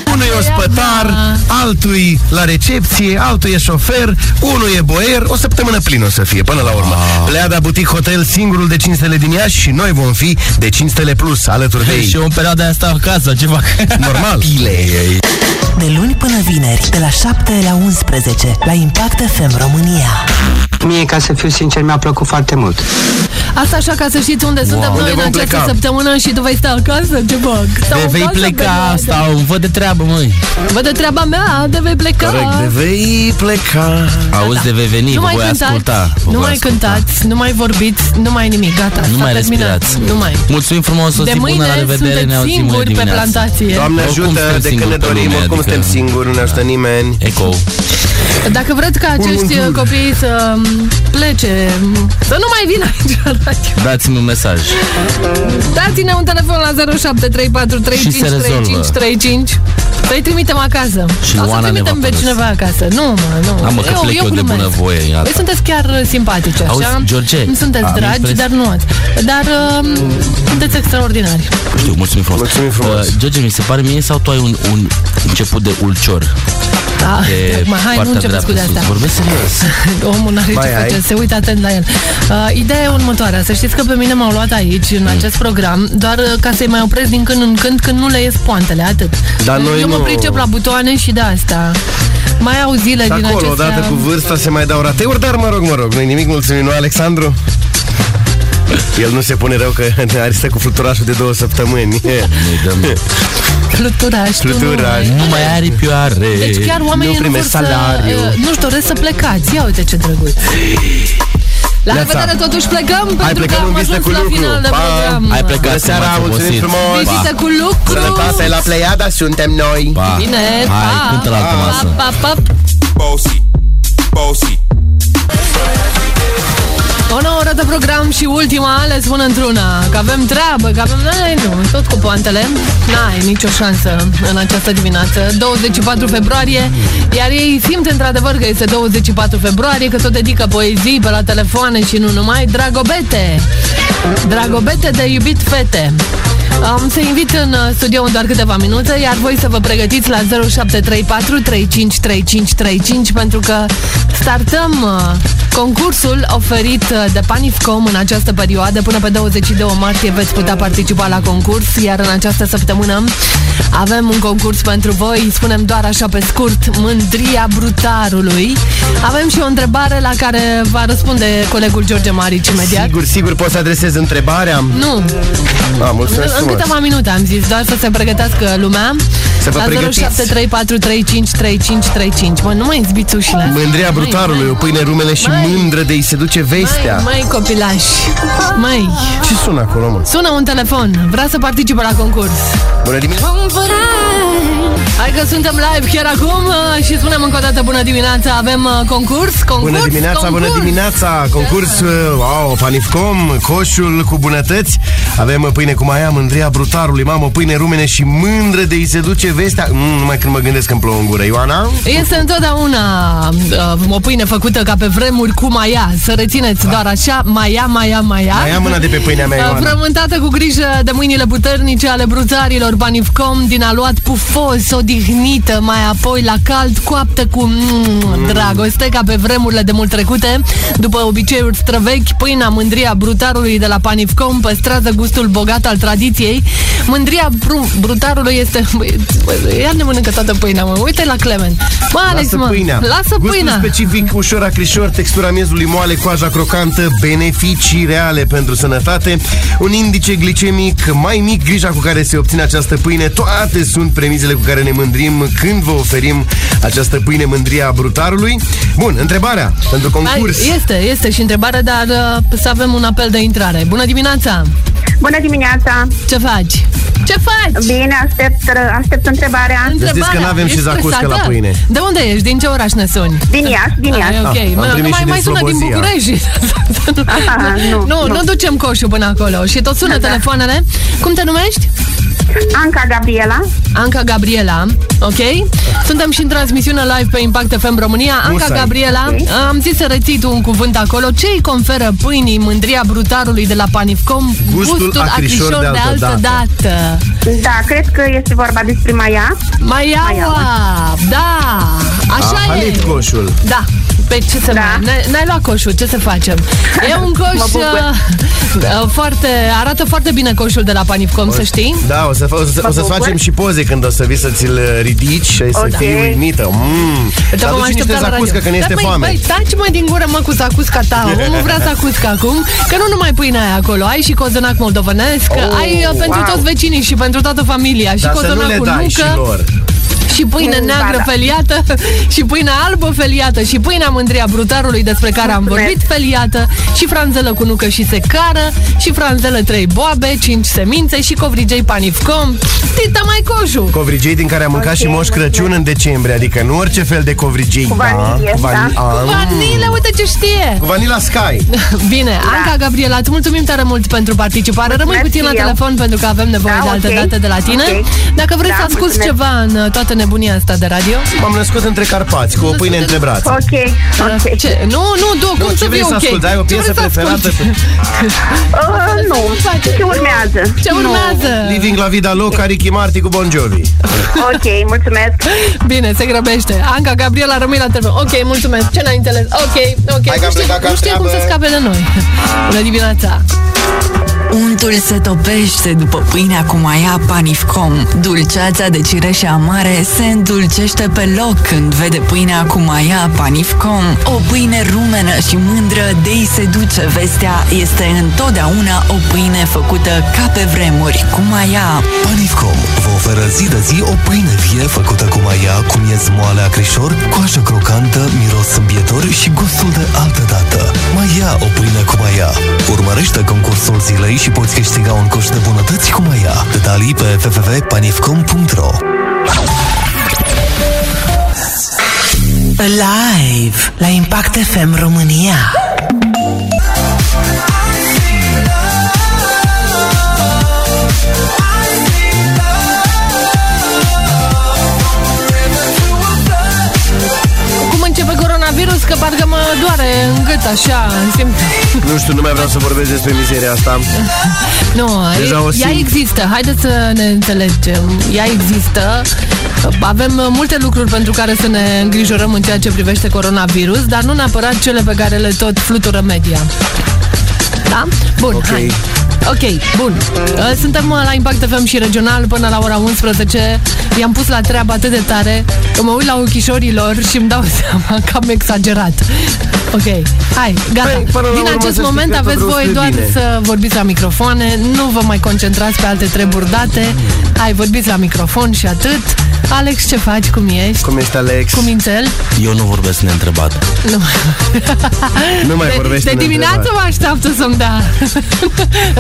Unul e ospătar, altui la recepție, altul e șofer, unul e boier, o săptămână plină o să fie până la urmă. Ah. Pleada Boutique Hotel, singurul de 5 stele din Iași și noi vom fi de 5 stele plus alături de ei. Păi Și eu în perioada asta acasă, ce fac? Normal. Pile. De luni până vineri, de la 7 la 11, la Impact FM România. Mie, ca să fiu sincer, mi-a plăcut foarte mult. Asta așa ca să știți unde wow. suntem Unde noi în vom această pleca? săptămână și tu vei sta acasă, ce fac? Stau De vei acasă pe pleca, noi. stau, văd de treabă, măi. Văd de treaba mea, de vei pleca. vei pleca. Da. Auzi, de vei veni, Nu vă mai voi cântați, asculta. vă nu voi mai asculta. cântați, nu mai vorbiți, nu mai nimic, gata, Nu s-a mai terminat. respirați. Nu mai. Mulțumim frumos, o De zi bună, mâine la revedere, sunteți ne auzim mâine singuri pe dimineață. plantație. Doamne Oricum ajută, suntem de singuri când ne pe dorim, lume, oricum adică- suntem singuri, nu ne ajută nimeni. Eco. Dacă vreți ca acești uh, copii să um, plece, um, să nu mai vină aici la radio. Dați-mi un mesaj. Dați-ne un telefon la Și se rezolvă. 0734353535 Să-i Păi trimitem acasă. Și Sau să Oana ne trimitem va pe cineva acasă. Nu, mă, nu. Da, mă, că plec eu de glumesc. bunăvoie, iată. Voi sunteți chiar uh, simpatici, așa? Auzi, George, Nu sunteți am dragi, impresi- dar nu ați. Dar uh, sunteți extraordinari. Nu Știu, mulțumim frumos. Mulțumim frumos. Uh, George, mi se pare mie sau tu ai un, un început de ulcior? Da, Pe acum, hai, nu partea începeți dreaptă cu de-astea. sus. Vorbesc serios. Omul n-are Mai ce ai? face, se uită atent la el. Uh, ideea e următoarea, să știți că pe mine m-au luat aici, Mm. în acest program, doar uh, ca să-i mai opresc din când în când, când nu le ies poantele, atât. Dar Eu noi mă nu- pricep la butoane și de asta. Mai au zile Și din acolo, acestea... odată cu vârsta, se mai dau rateuri, dar mă rog, mă rog, nu-i nimic, mulțumim noi, Alexandru. El nu se pune rău că ne are stă cu fluturașul de două săptămâni. Fluturaș, tu Fluturaș. nu mai- aripioare. Deci chiar oamenii nu, vor să... uh, Nu-și doresc să plecați. Ia uite ce drăguț. La Neața. revedere, totuși plecăm, pentru că plecăm în am vizită ajuns cu la lucru. final de Pa! program. Hai plecat Bună seara, m-ați mulțumim obosit. frumos. Vizită cu lucru. Sănătate la Pleiada, suntem noi. Pa. Bine, pa! Hai, cântă la altă masă. Pa, pa, pa. Bossy, bossy. O nouă oră de program și ultima, le spun într-una, că avem treabă, că avem... N-ai, nu, tot cu poantele. N-ai nicio șansă în această dimineață. 24 februarie, iar ei simt într-adevăr că este 24 februarie, că tot dedică poezii pe la telefoane și nu numai. Dragobete! Dragobete de iubit fete! Am să invit în uh, studio în doar câteva minute, iar voi să vă pregătiți la 0734 353535 pentru că startăm uh, concursul oferit uh, de Panif.com în această perioadă. Până pe 22 martie veți putea participa la concurs, iar în această săptămână avem un concurs pentru voi, spunem doar așa pe scurt, mândria brutarului. Avem și o întrebare la care va răspunde colegul George Marici imediat. Sigur, sigur, poți să adresez întrebarea? Nu, A, mulțumesc în frumos. câteva minute am zis, doar să se pregătească lumea Să vă La pregătiți. 0734353535 Mă, nu mai zbiți ușile Mândria brutarului, o pâine rumele și mândră de ei se duce vestea. Mai copilași Mai Ce sună acolo, mă? Sună un telefon, vrea să participe la concurs Bună dimineața! Hai că suntem live chiar acum uh, și spunem încă o dată bună dimineața, avem uh, concurs, concurs, Bună dimineața, concurs. bună dimineața! Concurs, uh, wow, Panifcom, coșul cu bunătăți. Avem uh, pâine cu maia, mândria brutarului, mamă, pâine rumene și mândră de îi se duce vestea. Mm, numai când mă gândesc că îmi plouă în gură, Ioana. Este întotdeauna uh, o pâine făcută ca pe vremuri cu maia. Să rețineți doar așa, maia, maia, maia. Mai ia mâna de pe pâinea mea, Uh, Ioana. Frământată cu grijă de mâinile puternice ale brutarilor Banifcom din aluat pufos, odihnită, mai apoi la cald, coaptă cu mm, dragoste ca pe vremurile de mult trecute. După obiceiuri străvechi, pâinea mândria brutarului de la Panifcom păstrează gustul bogat al tradiției. Mândria bru- brutarului este... Băi, băi, Ia ne mănâncă toată pâinea, mă. Uite la Clement. Mă, Alex, Lasă mă. pâinea. Lasă Gustul pâinea. specific, ușor acrișor, textura miezului moale, coaja crocantă, beneficii reale pentru sănătate, un indice glicemic mai mic, grija cu care se obține această pâine, toate sunt premizele cu care ne mândrim când vă oferim această pâine mândria a brutarului. Bun, întrebarea pentru concurs. Mai- Este, este și întrebare, dar uh, să avem un apel de intrare. Bună dimineața! Bună dimineața! Ce faci? Ce faci? Bine, aștept, aștept întrebarea. Să zici că n-avem și ești zacuscă stresată? la pâine. De unde ești? Din ce oraș ne suni? Din Iași, din Iași. Ah, ok. Ah, am Mă, nu primit mai, și mai din sună din Slobozia. București. Aha, nu, nu, nu, nu. Da, ducem coșul până acolo. Și tot sună telefoanele. Cum te numești? Anca Gabriela. Anca Gabriela, ok? Suntem și în transmisiune live pe Impact FM România. Anca Musai. Gabriela, Ok. am zis să reții tu un cuvânt acolo. Ce îi conferă pâinii mândria brutarului de la Panifcom? Gustul acrișor de altă dată. Da, cred că este vorba despre Maia. Maiaua, da, așa A e. Ah, halit coșul. Da, pe ce să da. mai... N-ai luat coșul, ce să facem? E un Mă coș bucur. uh, foarte... Arată foarte bine coșul de la Panifcom, să știi. Da, o să, fa- o să, Mă o să bucur. facem și poze când o să vii să-ți-l ridici și să Ok. fii uimită. Mm. Te Dar vom aduci niște aștepta la radio. zacuscă când Dar este băi, foame. Băi, taci mai din gură, mă, cu zacusca ta. Omul vrea zacusca acum, că nu numai pâinea aia acolo. Ai și cozonac moldovănesc, Oh, ai uh, pentru wow. toți vecinii și pentru toată familia. Și Dar să nu cozonac le cu dai și nucă. lor. Și pâine Mm, neagră ba da. feliată Și pâine albă feliată Și pâinea mândria brutarului despre care am vorbit feliată Și franzelă cu nucă și secară Și franzelă trei boabe, cinci semințe Și covrigei panifcom Tita mai coșu Covrigei din care am mâncat și moș Crăciun în decembrie, adică nu orice fel de covrigei. Cu vanilie, da? Vani- Am. Vanila, uite ce știe Cu vanila Sky. Bine, Anca Gabriela, îți mulțumim tare mult pentru participare. Rămâi Da. Mulțumesc puțin la și eu. telefon pentru că avem nevoie Da, de alte ok. date de la tine. Ok. Dacă vrei Da, să asculti mulțumesc. ceva în uh, toată nebunia asta de radio. M-am născut între Carpați, cu o pâine între brațe. Ok, ok. Ah, Ce? Nu, nu, du, Nu, cum ce să vrei fie să ok? asculti? Ai o Ce piesă vrei să preferată? asculti? Uh, nu. Ce urmează? Ce urmează? Da. Living la vida loca, Ricky Marti cu Bon Jovi. Ok, mulțumesc. Bine, se grăbește. Anca, Gabriela, rămâi la telefon. Ok, mulțumesc. Ce n-ai înțeles? Ok, ok. Hai că nu am știe, plecat ca nu știe cum treabă. să scape de noi. Bună dimineața! Untul se topește după pâinea cu maia Panifcom. Dulceața de cireșe amare se îndulcește pe loc când vede pâinea cu maia Panifcom. O pâine rumenă și mândră de ei se duce vestea este întotdeauna o pâine făcută ca pe vremuri cu maia. Panifcom vă oferă zi de zi o pâine vie făcută cu maia, cu miez moale acrișor, coajă crocantă, miros îmbietor și gustul de altă dată. Maia o pâine cu maia. Urmărește concursul zilei și poți câștiga un coș de bunătăți cu maia. Detalii pe www.panifcom.ro Live la Impact FM România. Cum începe coronavirus? Că parcă mă doare în gât, așa, simt. Nu știu, nu mai vreau să vorbesc despre mizeria asta. Nu, Deja o e- ea simt. există. Haideți să ne înțelegem. Ea există. Avem uh, multe lucruri pentru care să ne îngrijorăm în ceea ce privește coronavirus, dar nu neapărat cele pe care le tot flutură media. Da? Bun, Ok. hai. Ok, bun. Uh, Suntem uh, la Impact FM și regional până la ora 11. I-am pus la treabă atât de tare că mă uit la ochișorii lor și îmi dau seama că am exagerat. Ok, hai, gata. Păi, până la Din urmă acest să moment știi că aveți totul voi spre doar bine. să vorbiți la microfoane, nu vă mai concentrați pe alte treburi date. Hai, vorbiți la microfon și atât. Alex, ce faci? Cum ești? Cum ești, Alex? Cu mințel? Eu nu vorbesc neîntrebat. Nu. Nu mai vorbește De dimineață mă așteaptă să-mi dea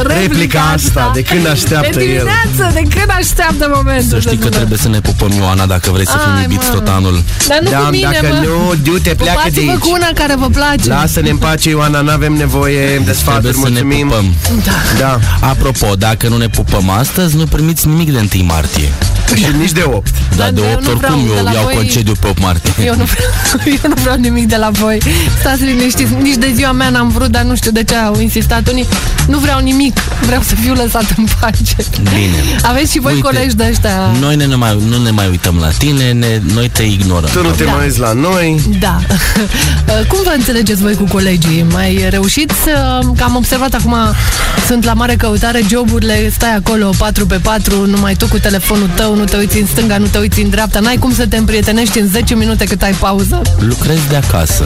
Replica asta, de când așteaptă de el. dimineață, de când așteaptă momentul Să știi că dumneavoastră. trebuie să ne pupăm, Ioana, dacă vrei să fim Ai, iubiți mă. tot anul. Dar nu Da, cu mine, dacă mă. nu, du-te, pleacă Pupați-vă de aici. cu una care vă place Lasă-ne în pace, Ioana, n-avem nevoie de Trebuie sfaturi, să ne mulțumim. pupăm. Da. Apropo, dacă nu ne pupăm astăzi, nu primiți nimic de 1 martie. Și nici de 8. Dar de eu 8 nu vreau, oricum de la eu iau voi- concediu pe 8 martie. Eu nu, vreau, eu nu vreau nimic de la voi Stați liniștiți, nici de ziua mea n-am vrut Dar nu știu de ce au insistat unii Nu vreau nimic, vreau să fiu lăsat în pace Bine. Aveți și voi Uite, colegi de ăștia Noi ne, ne mai, nu ne mai uităm la tine, ne, noi te ignorăm. Tu nu te Da. mai uiți la noi. Da. Cum vă înțelegeți voi cu colegii? Mai reușiți? Că am observat acum, sunt la mare căutare, joburile, stai acolo 4 pe 4, numai tu cu telefonul tău, nu te uiți în stânga, nu te uiți în dreapta, n-ai cum să te împrietenești în 10 minute cât ai pauză. Lucrez de acasă,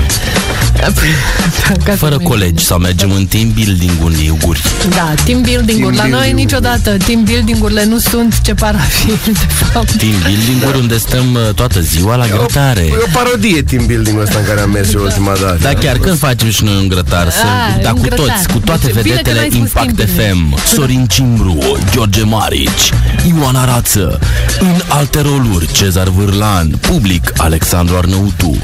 Ca să fără nu-i- colegi sau mergem în team building unii uguri. Da, team building-uri. La Team noi building-uri. da. niciodată team building-urile nu sunt ce par a fi, de fapt. Team building Da. unde stăm uh, toată ziua la grătare. E o parodie team building-ul ăsta în care am mers eu ultima dată. Da, chiar când facem și noi un grătar, să, Ah, da, un cu grătar. toți, cu toate Deci, bine că vedetele n-ai spus Impact timp, bine. FM, Sorin Cimbru, George Marici, Ioana Rață, în alte roluri, Cezar Vârlan, public, Alexandru Arnăutu,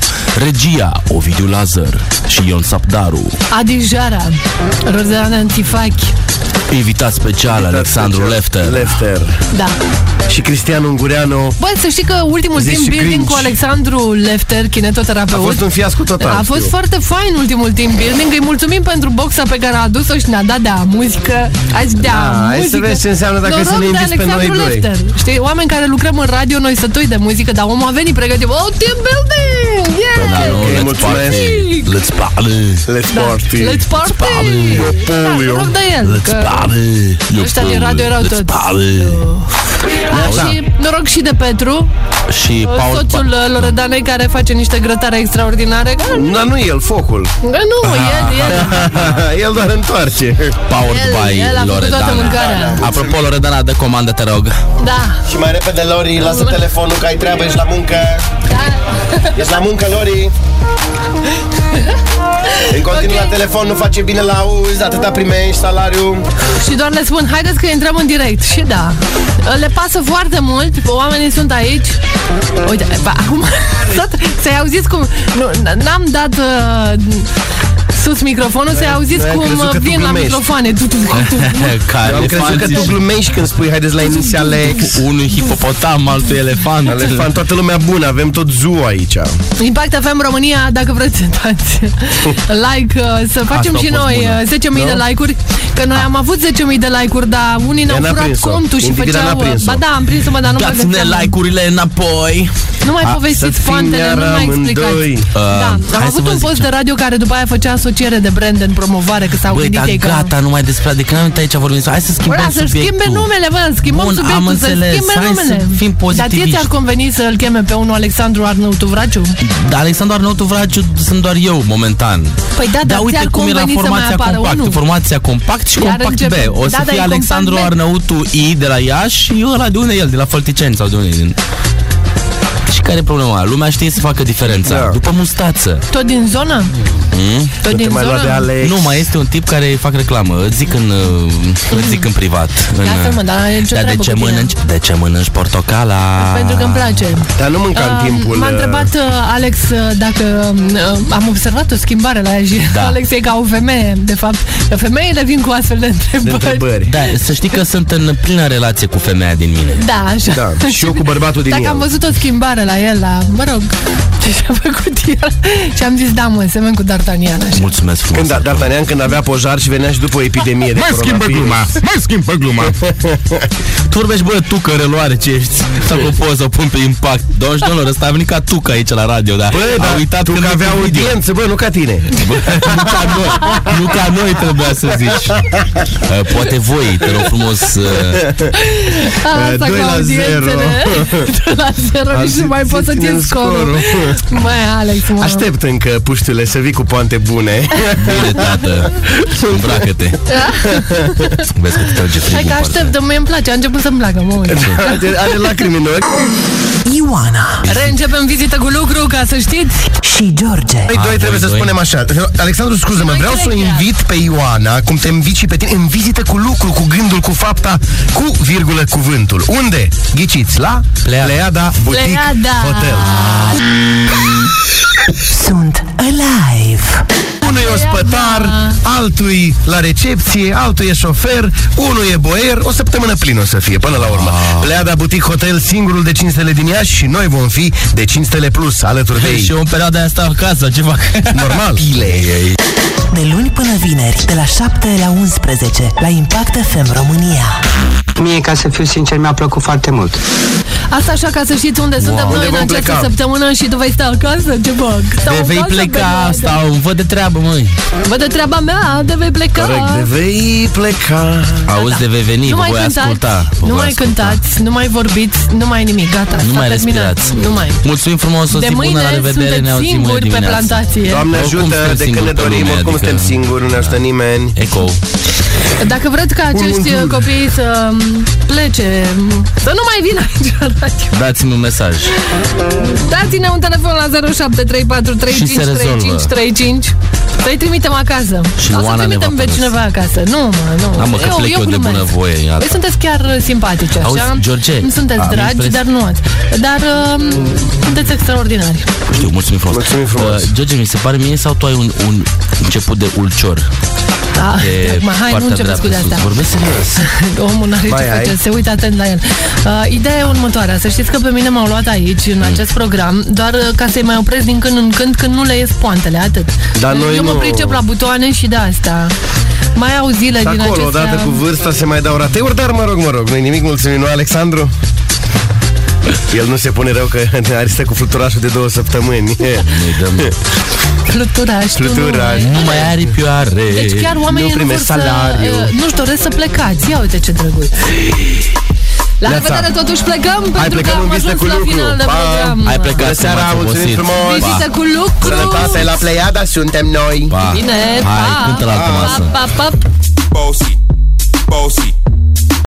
regia, Ovidiu Lazar și Ion Sapdaru. Adi Jara, Rozana Antifachi, Invitat special, Alexandru Lefter. Lefter. Da. Și Cristian Ungureanu. Bă, să știi că ultimul Zici team și building cringe. cu Alexandru Lefter, A kinetoterapeut, fost un fiasco total. a fost știu. foarte fain ultimul team building. Îi mulțumim pentru boxa pe care a adus-o și ne-a dat de muzică. Azi de Da, hai să muzică. vezi ce înseamnă dacă Noroc să ne de inviți pe Alexandru noi doi. Lefter. Știi, oameni care lucrăm în radio, noi sătui de muzică, dar omul a venit pregătit. Oh, team building! Yeah! Da, nu, Ok, let's mulțumesc. party. Let's party. Let's Da, let's party! Da, noroc de el, Let's că party. ăștia din radio erau păi, Let's toți. party. Da, Da. și noroc și de Petru, Și Paul... soțul uh, Loredanei care face niște grătare extraordinare. Că- Dar nu el, focul. Ah, Nu, el, el, el doar întoarce. da. Powered El- by el a făcut toată Loredana. mâncarea. Apropo, Loredana, dă comandă, te rog. da. Și mai repede, Lori, lasă telefonul că ai treabă, ești la muncă. da. Ești la muncă, Lori. În continuu la telefon, nu face bine la auzi, atâta primești salariu. Și doar le spun, haideți că intrăm în direct. Și da, le pasă foarte mult, oamenii sunt aici. Uite, ba, acum, tot, să-i auziți cum... Nu, n- n-am dat... Uh, sus microfonul, să-i auziți noi am cum crezut că tu vin la glumești. microfoane. Tu, tu, tu, tu. Ca Eu am crezut că elefanții tu și- glumești când spui, haideți la iniția Alex. Unul hipopotam, altul elefant. Elefant, toată lumea bună, avem tot zoo aici. Impact FM România, dacă vreți să dați like, uh, să facem a și fost noi bună. uh, 10.000 de Da? like-uri, că noi am avut 10.000 de like-uri, dar unii ne-au n-a furat prins-o. contul și Individual făceau... n-a uh, prins-o. Ba da, am prins-o, mă, dar nu mă Dați-ne găseam. like-urile înapoi. Nu mai A, povestiți să fim fantele, iar nu mai amândoi. explicați. Uh, da, hai am să avut vă un zic post de radio care după aia făcea asociere de brand în promovare, că s-au Băi, gândit dar ei că... gata, nu mai despre adică n-am uitat aici vorbim. Hai să schimbăm Bă, da, să subiectul. schimbe numele, bă, schimbăm Bun, subiectul, am să înțeles. schimbe Hai numele. să fim Dar ție pozitiviști. ți-ar conveni să-l cheme pe unul Alexandru Arnăutu Vraciu? Dar Da, Alexandru Arnautu Vraciu sunt doar eu momentan. Păi da, dar Dar uite ți-ar cum era conveni să mai formația apară compact. unul. Formația compact și Iar compact B. începem. O să Da, dar e fie Alexandru compact B. Arnautu I de la Iași și ăla de unde e el? De la Fălticeni sau de unde e din... Și care e problema? Lumea știe să facă diferența. După mustață. Tot din zonă? Mm? Tot din Hmm? zonă? Nu, mai este un tip care îi fac reclamă. Îți zic în, uh, îți zic în privat. În, Lasă, mă, dar ce dar de treabă ce cu tine? mănânci? De ce mănânci portocala? Pentru că îmi place. Dar nu Um, M-a întrebat uh, Alex uh, dacă uh, am observat o schimbare la ea și Da. Alex e ca o femeie, de fapt. Că femeile vin cu astfel de întrebări. Da, să știi că sunt în plină relație cu femeia din mine. Da, așa. Da, și eu cu bărbatul din Dacă el. am văzut o schimbare la el, la, mă rog, ce și-a făcut el Și am zis, da, mă, semen cu D'Artagnan așa. Mulțumesc frumos. Când da, D'Artagnan când avea pojar și venea și după o epidemie de coronavirus. mai schimbă gluma. tu vorbești, bă, tu că reloare ce ești. Sau că pot să o pun pe impact. 20 de dolari, ăsta a venit ca tu că aici la radio, dar Bă, a dar uitat da, tu că că nu e avea cu video. audiență, bă, nu ca tine. Bă, nu ca noi, nu ca noi trebuia să zici. Uh, Poate voi, te rog frumos. uh, Ah, Asta doi cu la audiențele. zero. Doi la zero, Am nici nu zis, mai poți să ținem țin scorul Mai Alex, mă. Aștept încă, puștule, să vii cu poante bune. Bine, tată, îmbracă-te. Vezi că te trage Hai frigul. că aștept, dar mie îmi place, a început să-mi placă, mă Da. uit. Are, are lacrimi în ochi. Ioana Reîncepem vizită cu lucru, ca să știți. și George. Noi doi trebuie să doi. spunem așa. Alexandru, scuză-mă, vreau să o cred invit pe Ioana, cum te invit și pe tine, în vizită cu lucru, cu gândul, cu fapta, cu virgulă cuvântul. Unde? Ghiciți, la Pleada. Pleada Boutique Pleada. Hotel. Sunt alive. Unul e ospătar, altul la recepție, altul e șofer, unul e boier. O săptămână plină o să fie, până la urmă. Pleada Boutique Hotel, singurul de 5 stele din Iași și noi vom fi de 5 stele plus alături de Și ei. eu în perioada aia stau acasă, ce fac? Normal. Pile. De luni până vineri, de la 7 la 11, la Impact FM România. Mie, ca să fiu sincer, mi-a plăcut foarte mult. Asta așa ca să știți unde suntem Unde noi în vom această pleca? săptămână și tu vei sta acasă, ce fac? Stau De acasă vei pe pleca, noi. stau, văd de treabă, măi. Vă de treaba mea, de vei pleca. vei pleca. Auzi de vei veni, Da, Nu vă mai voi cântați, asculta. vă nu voi mai asculta. cântați, nu mai vorbiți, nu mai nimic, gata, Nu s-a mai terminat. respirați. Nu mai. Mulțumim frumos, o De zi bună, la mâine revedere, ne sunteți auzim mâine singuri pe dimineață. plantație. Doamne Oricum ajută, suntem de când singuri ne pe dorim, lume, oricum adică- suntem singuri, nu ne ajută nimeni. Eco. Dacă vreți ca acești copii să mm, plece, mm, să nu mai vină aici la radio. Dați-mi un mesaj. Dați-ne un telefon la 0734353535 Să-i trimitem acasă. Și o să Oana ne trimitem va pe folosi. cineva acasă. Nu, mă, nu. Da, mă, că plec eu de glumesc. bunăvoie, iată. Voi sunteți chiar uh, simpatici, așa? Auzi, George, Îmi sunteți am dragi, impres- dar nu ați. Dar um, sunteți extraordinari. Nu știu, mulțumim frumos. Mulțumim frumos. Uh, George, mi se pare mie sau tu ai un, un început de ulcior? Da, Pe acum, hai, nu partea începeți dreaptă cu de-astea. sus. Vorbesc serios. Omul n-are Mai ce ai? face, se uită atent la el. Uh, ideea e următoarea, să știți că pe mine m-au luat aici, Mm. în acest program, doar uh, ca să-i mai opresc din când în când, când nu le ies poantele, atât. Dar noi Eu mă nu- pricep la butoane și de asta. Mai au zile Și din acolo, acestea... odată cu vârsta, se mai dau rateuri, dar mă rog, mă rog, nu-i nimic, mulțumim, nu, Alexandru? El nu se pune rău că are stă cu fluturașul de două săptămâni. Fluturaș, tu Fluturaș. nu. mai are pioare. Deci chiar oamenii nu nu, vor primesc salariu. să... uh, Nu-și doresc să plecați. Ia uite ce drăguț. La Neața. revedere, totuși plecăm, Hai, pentru plecăm că în am vizită ajuns cu la lucru. final de program. Ai plecat, Bună seara, m-ați mulțumim obosit. frumos. Vizită cu lucru. Sănătate la Pleiada, suntem noi. Pa. Bine, Hai, pa. cântă la altă Pa, masă. pa, pa. Bossy. Bossy.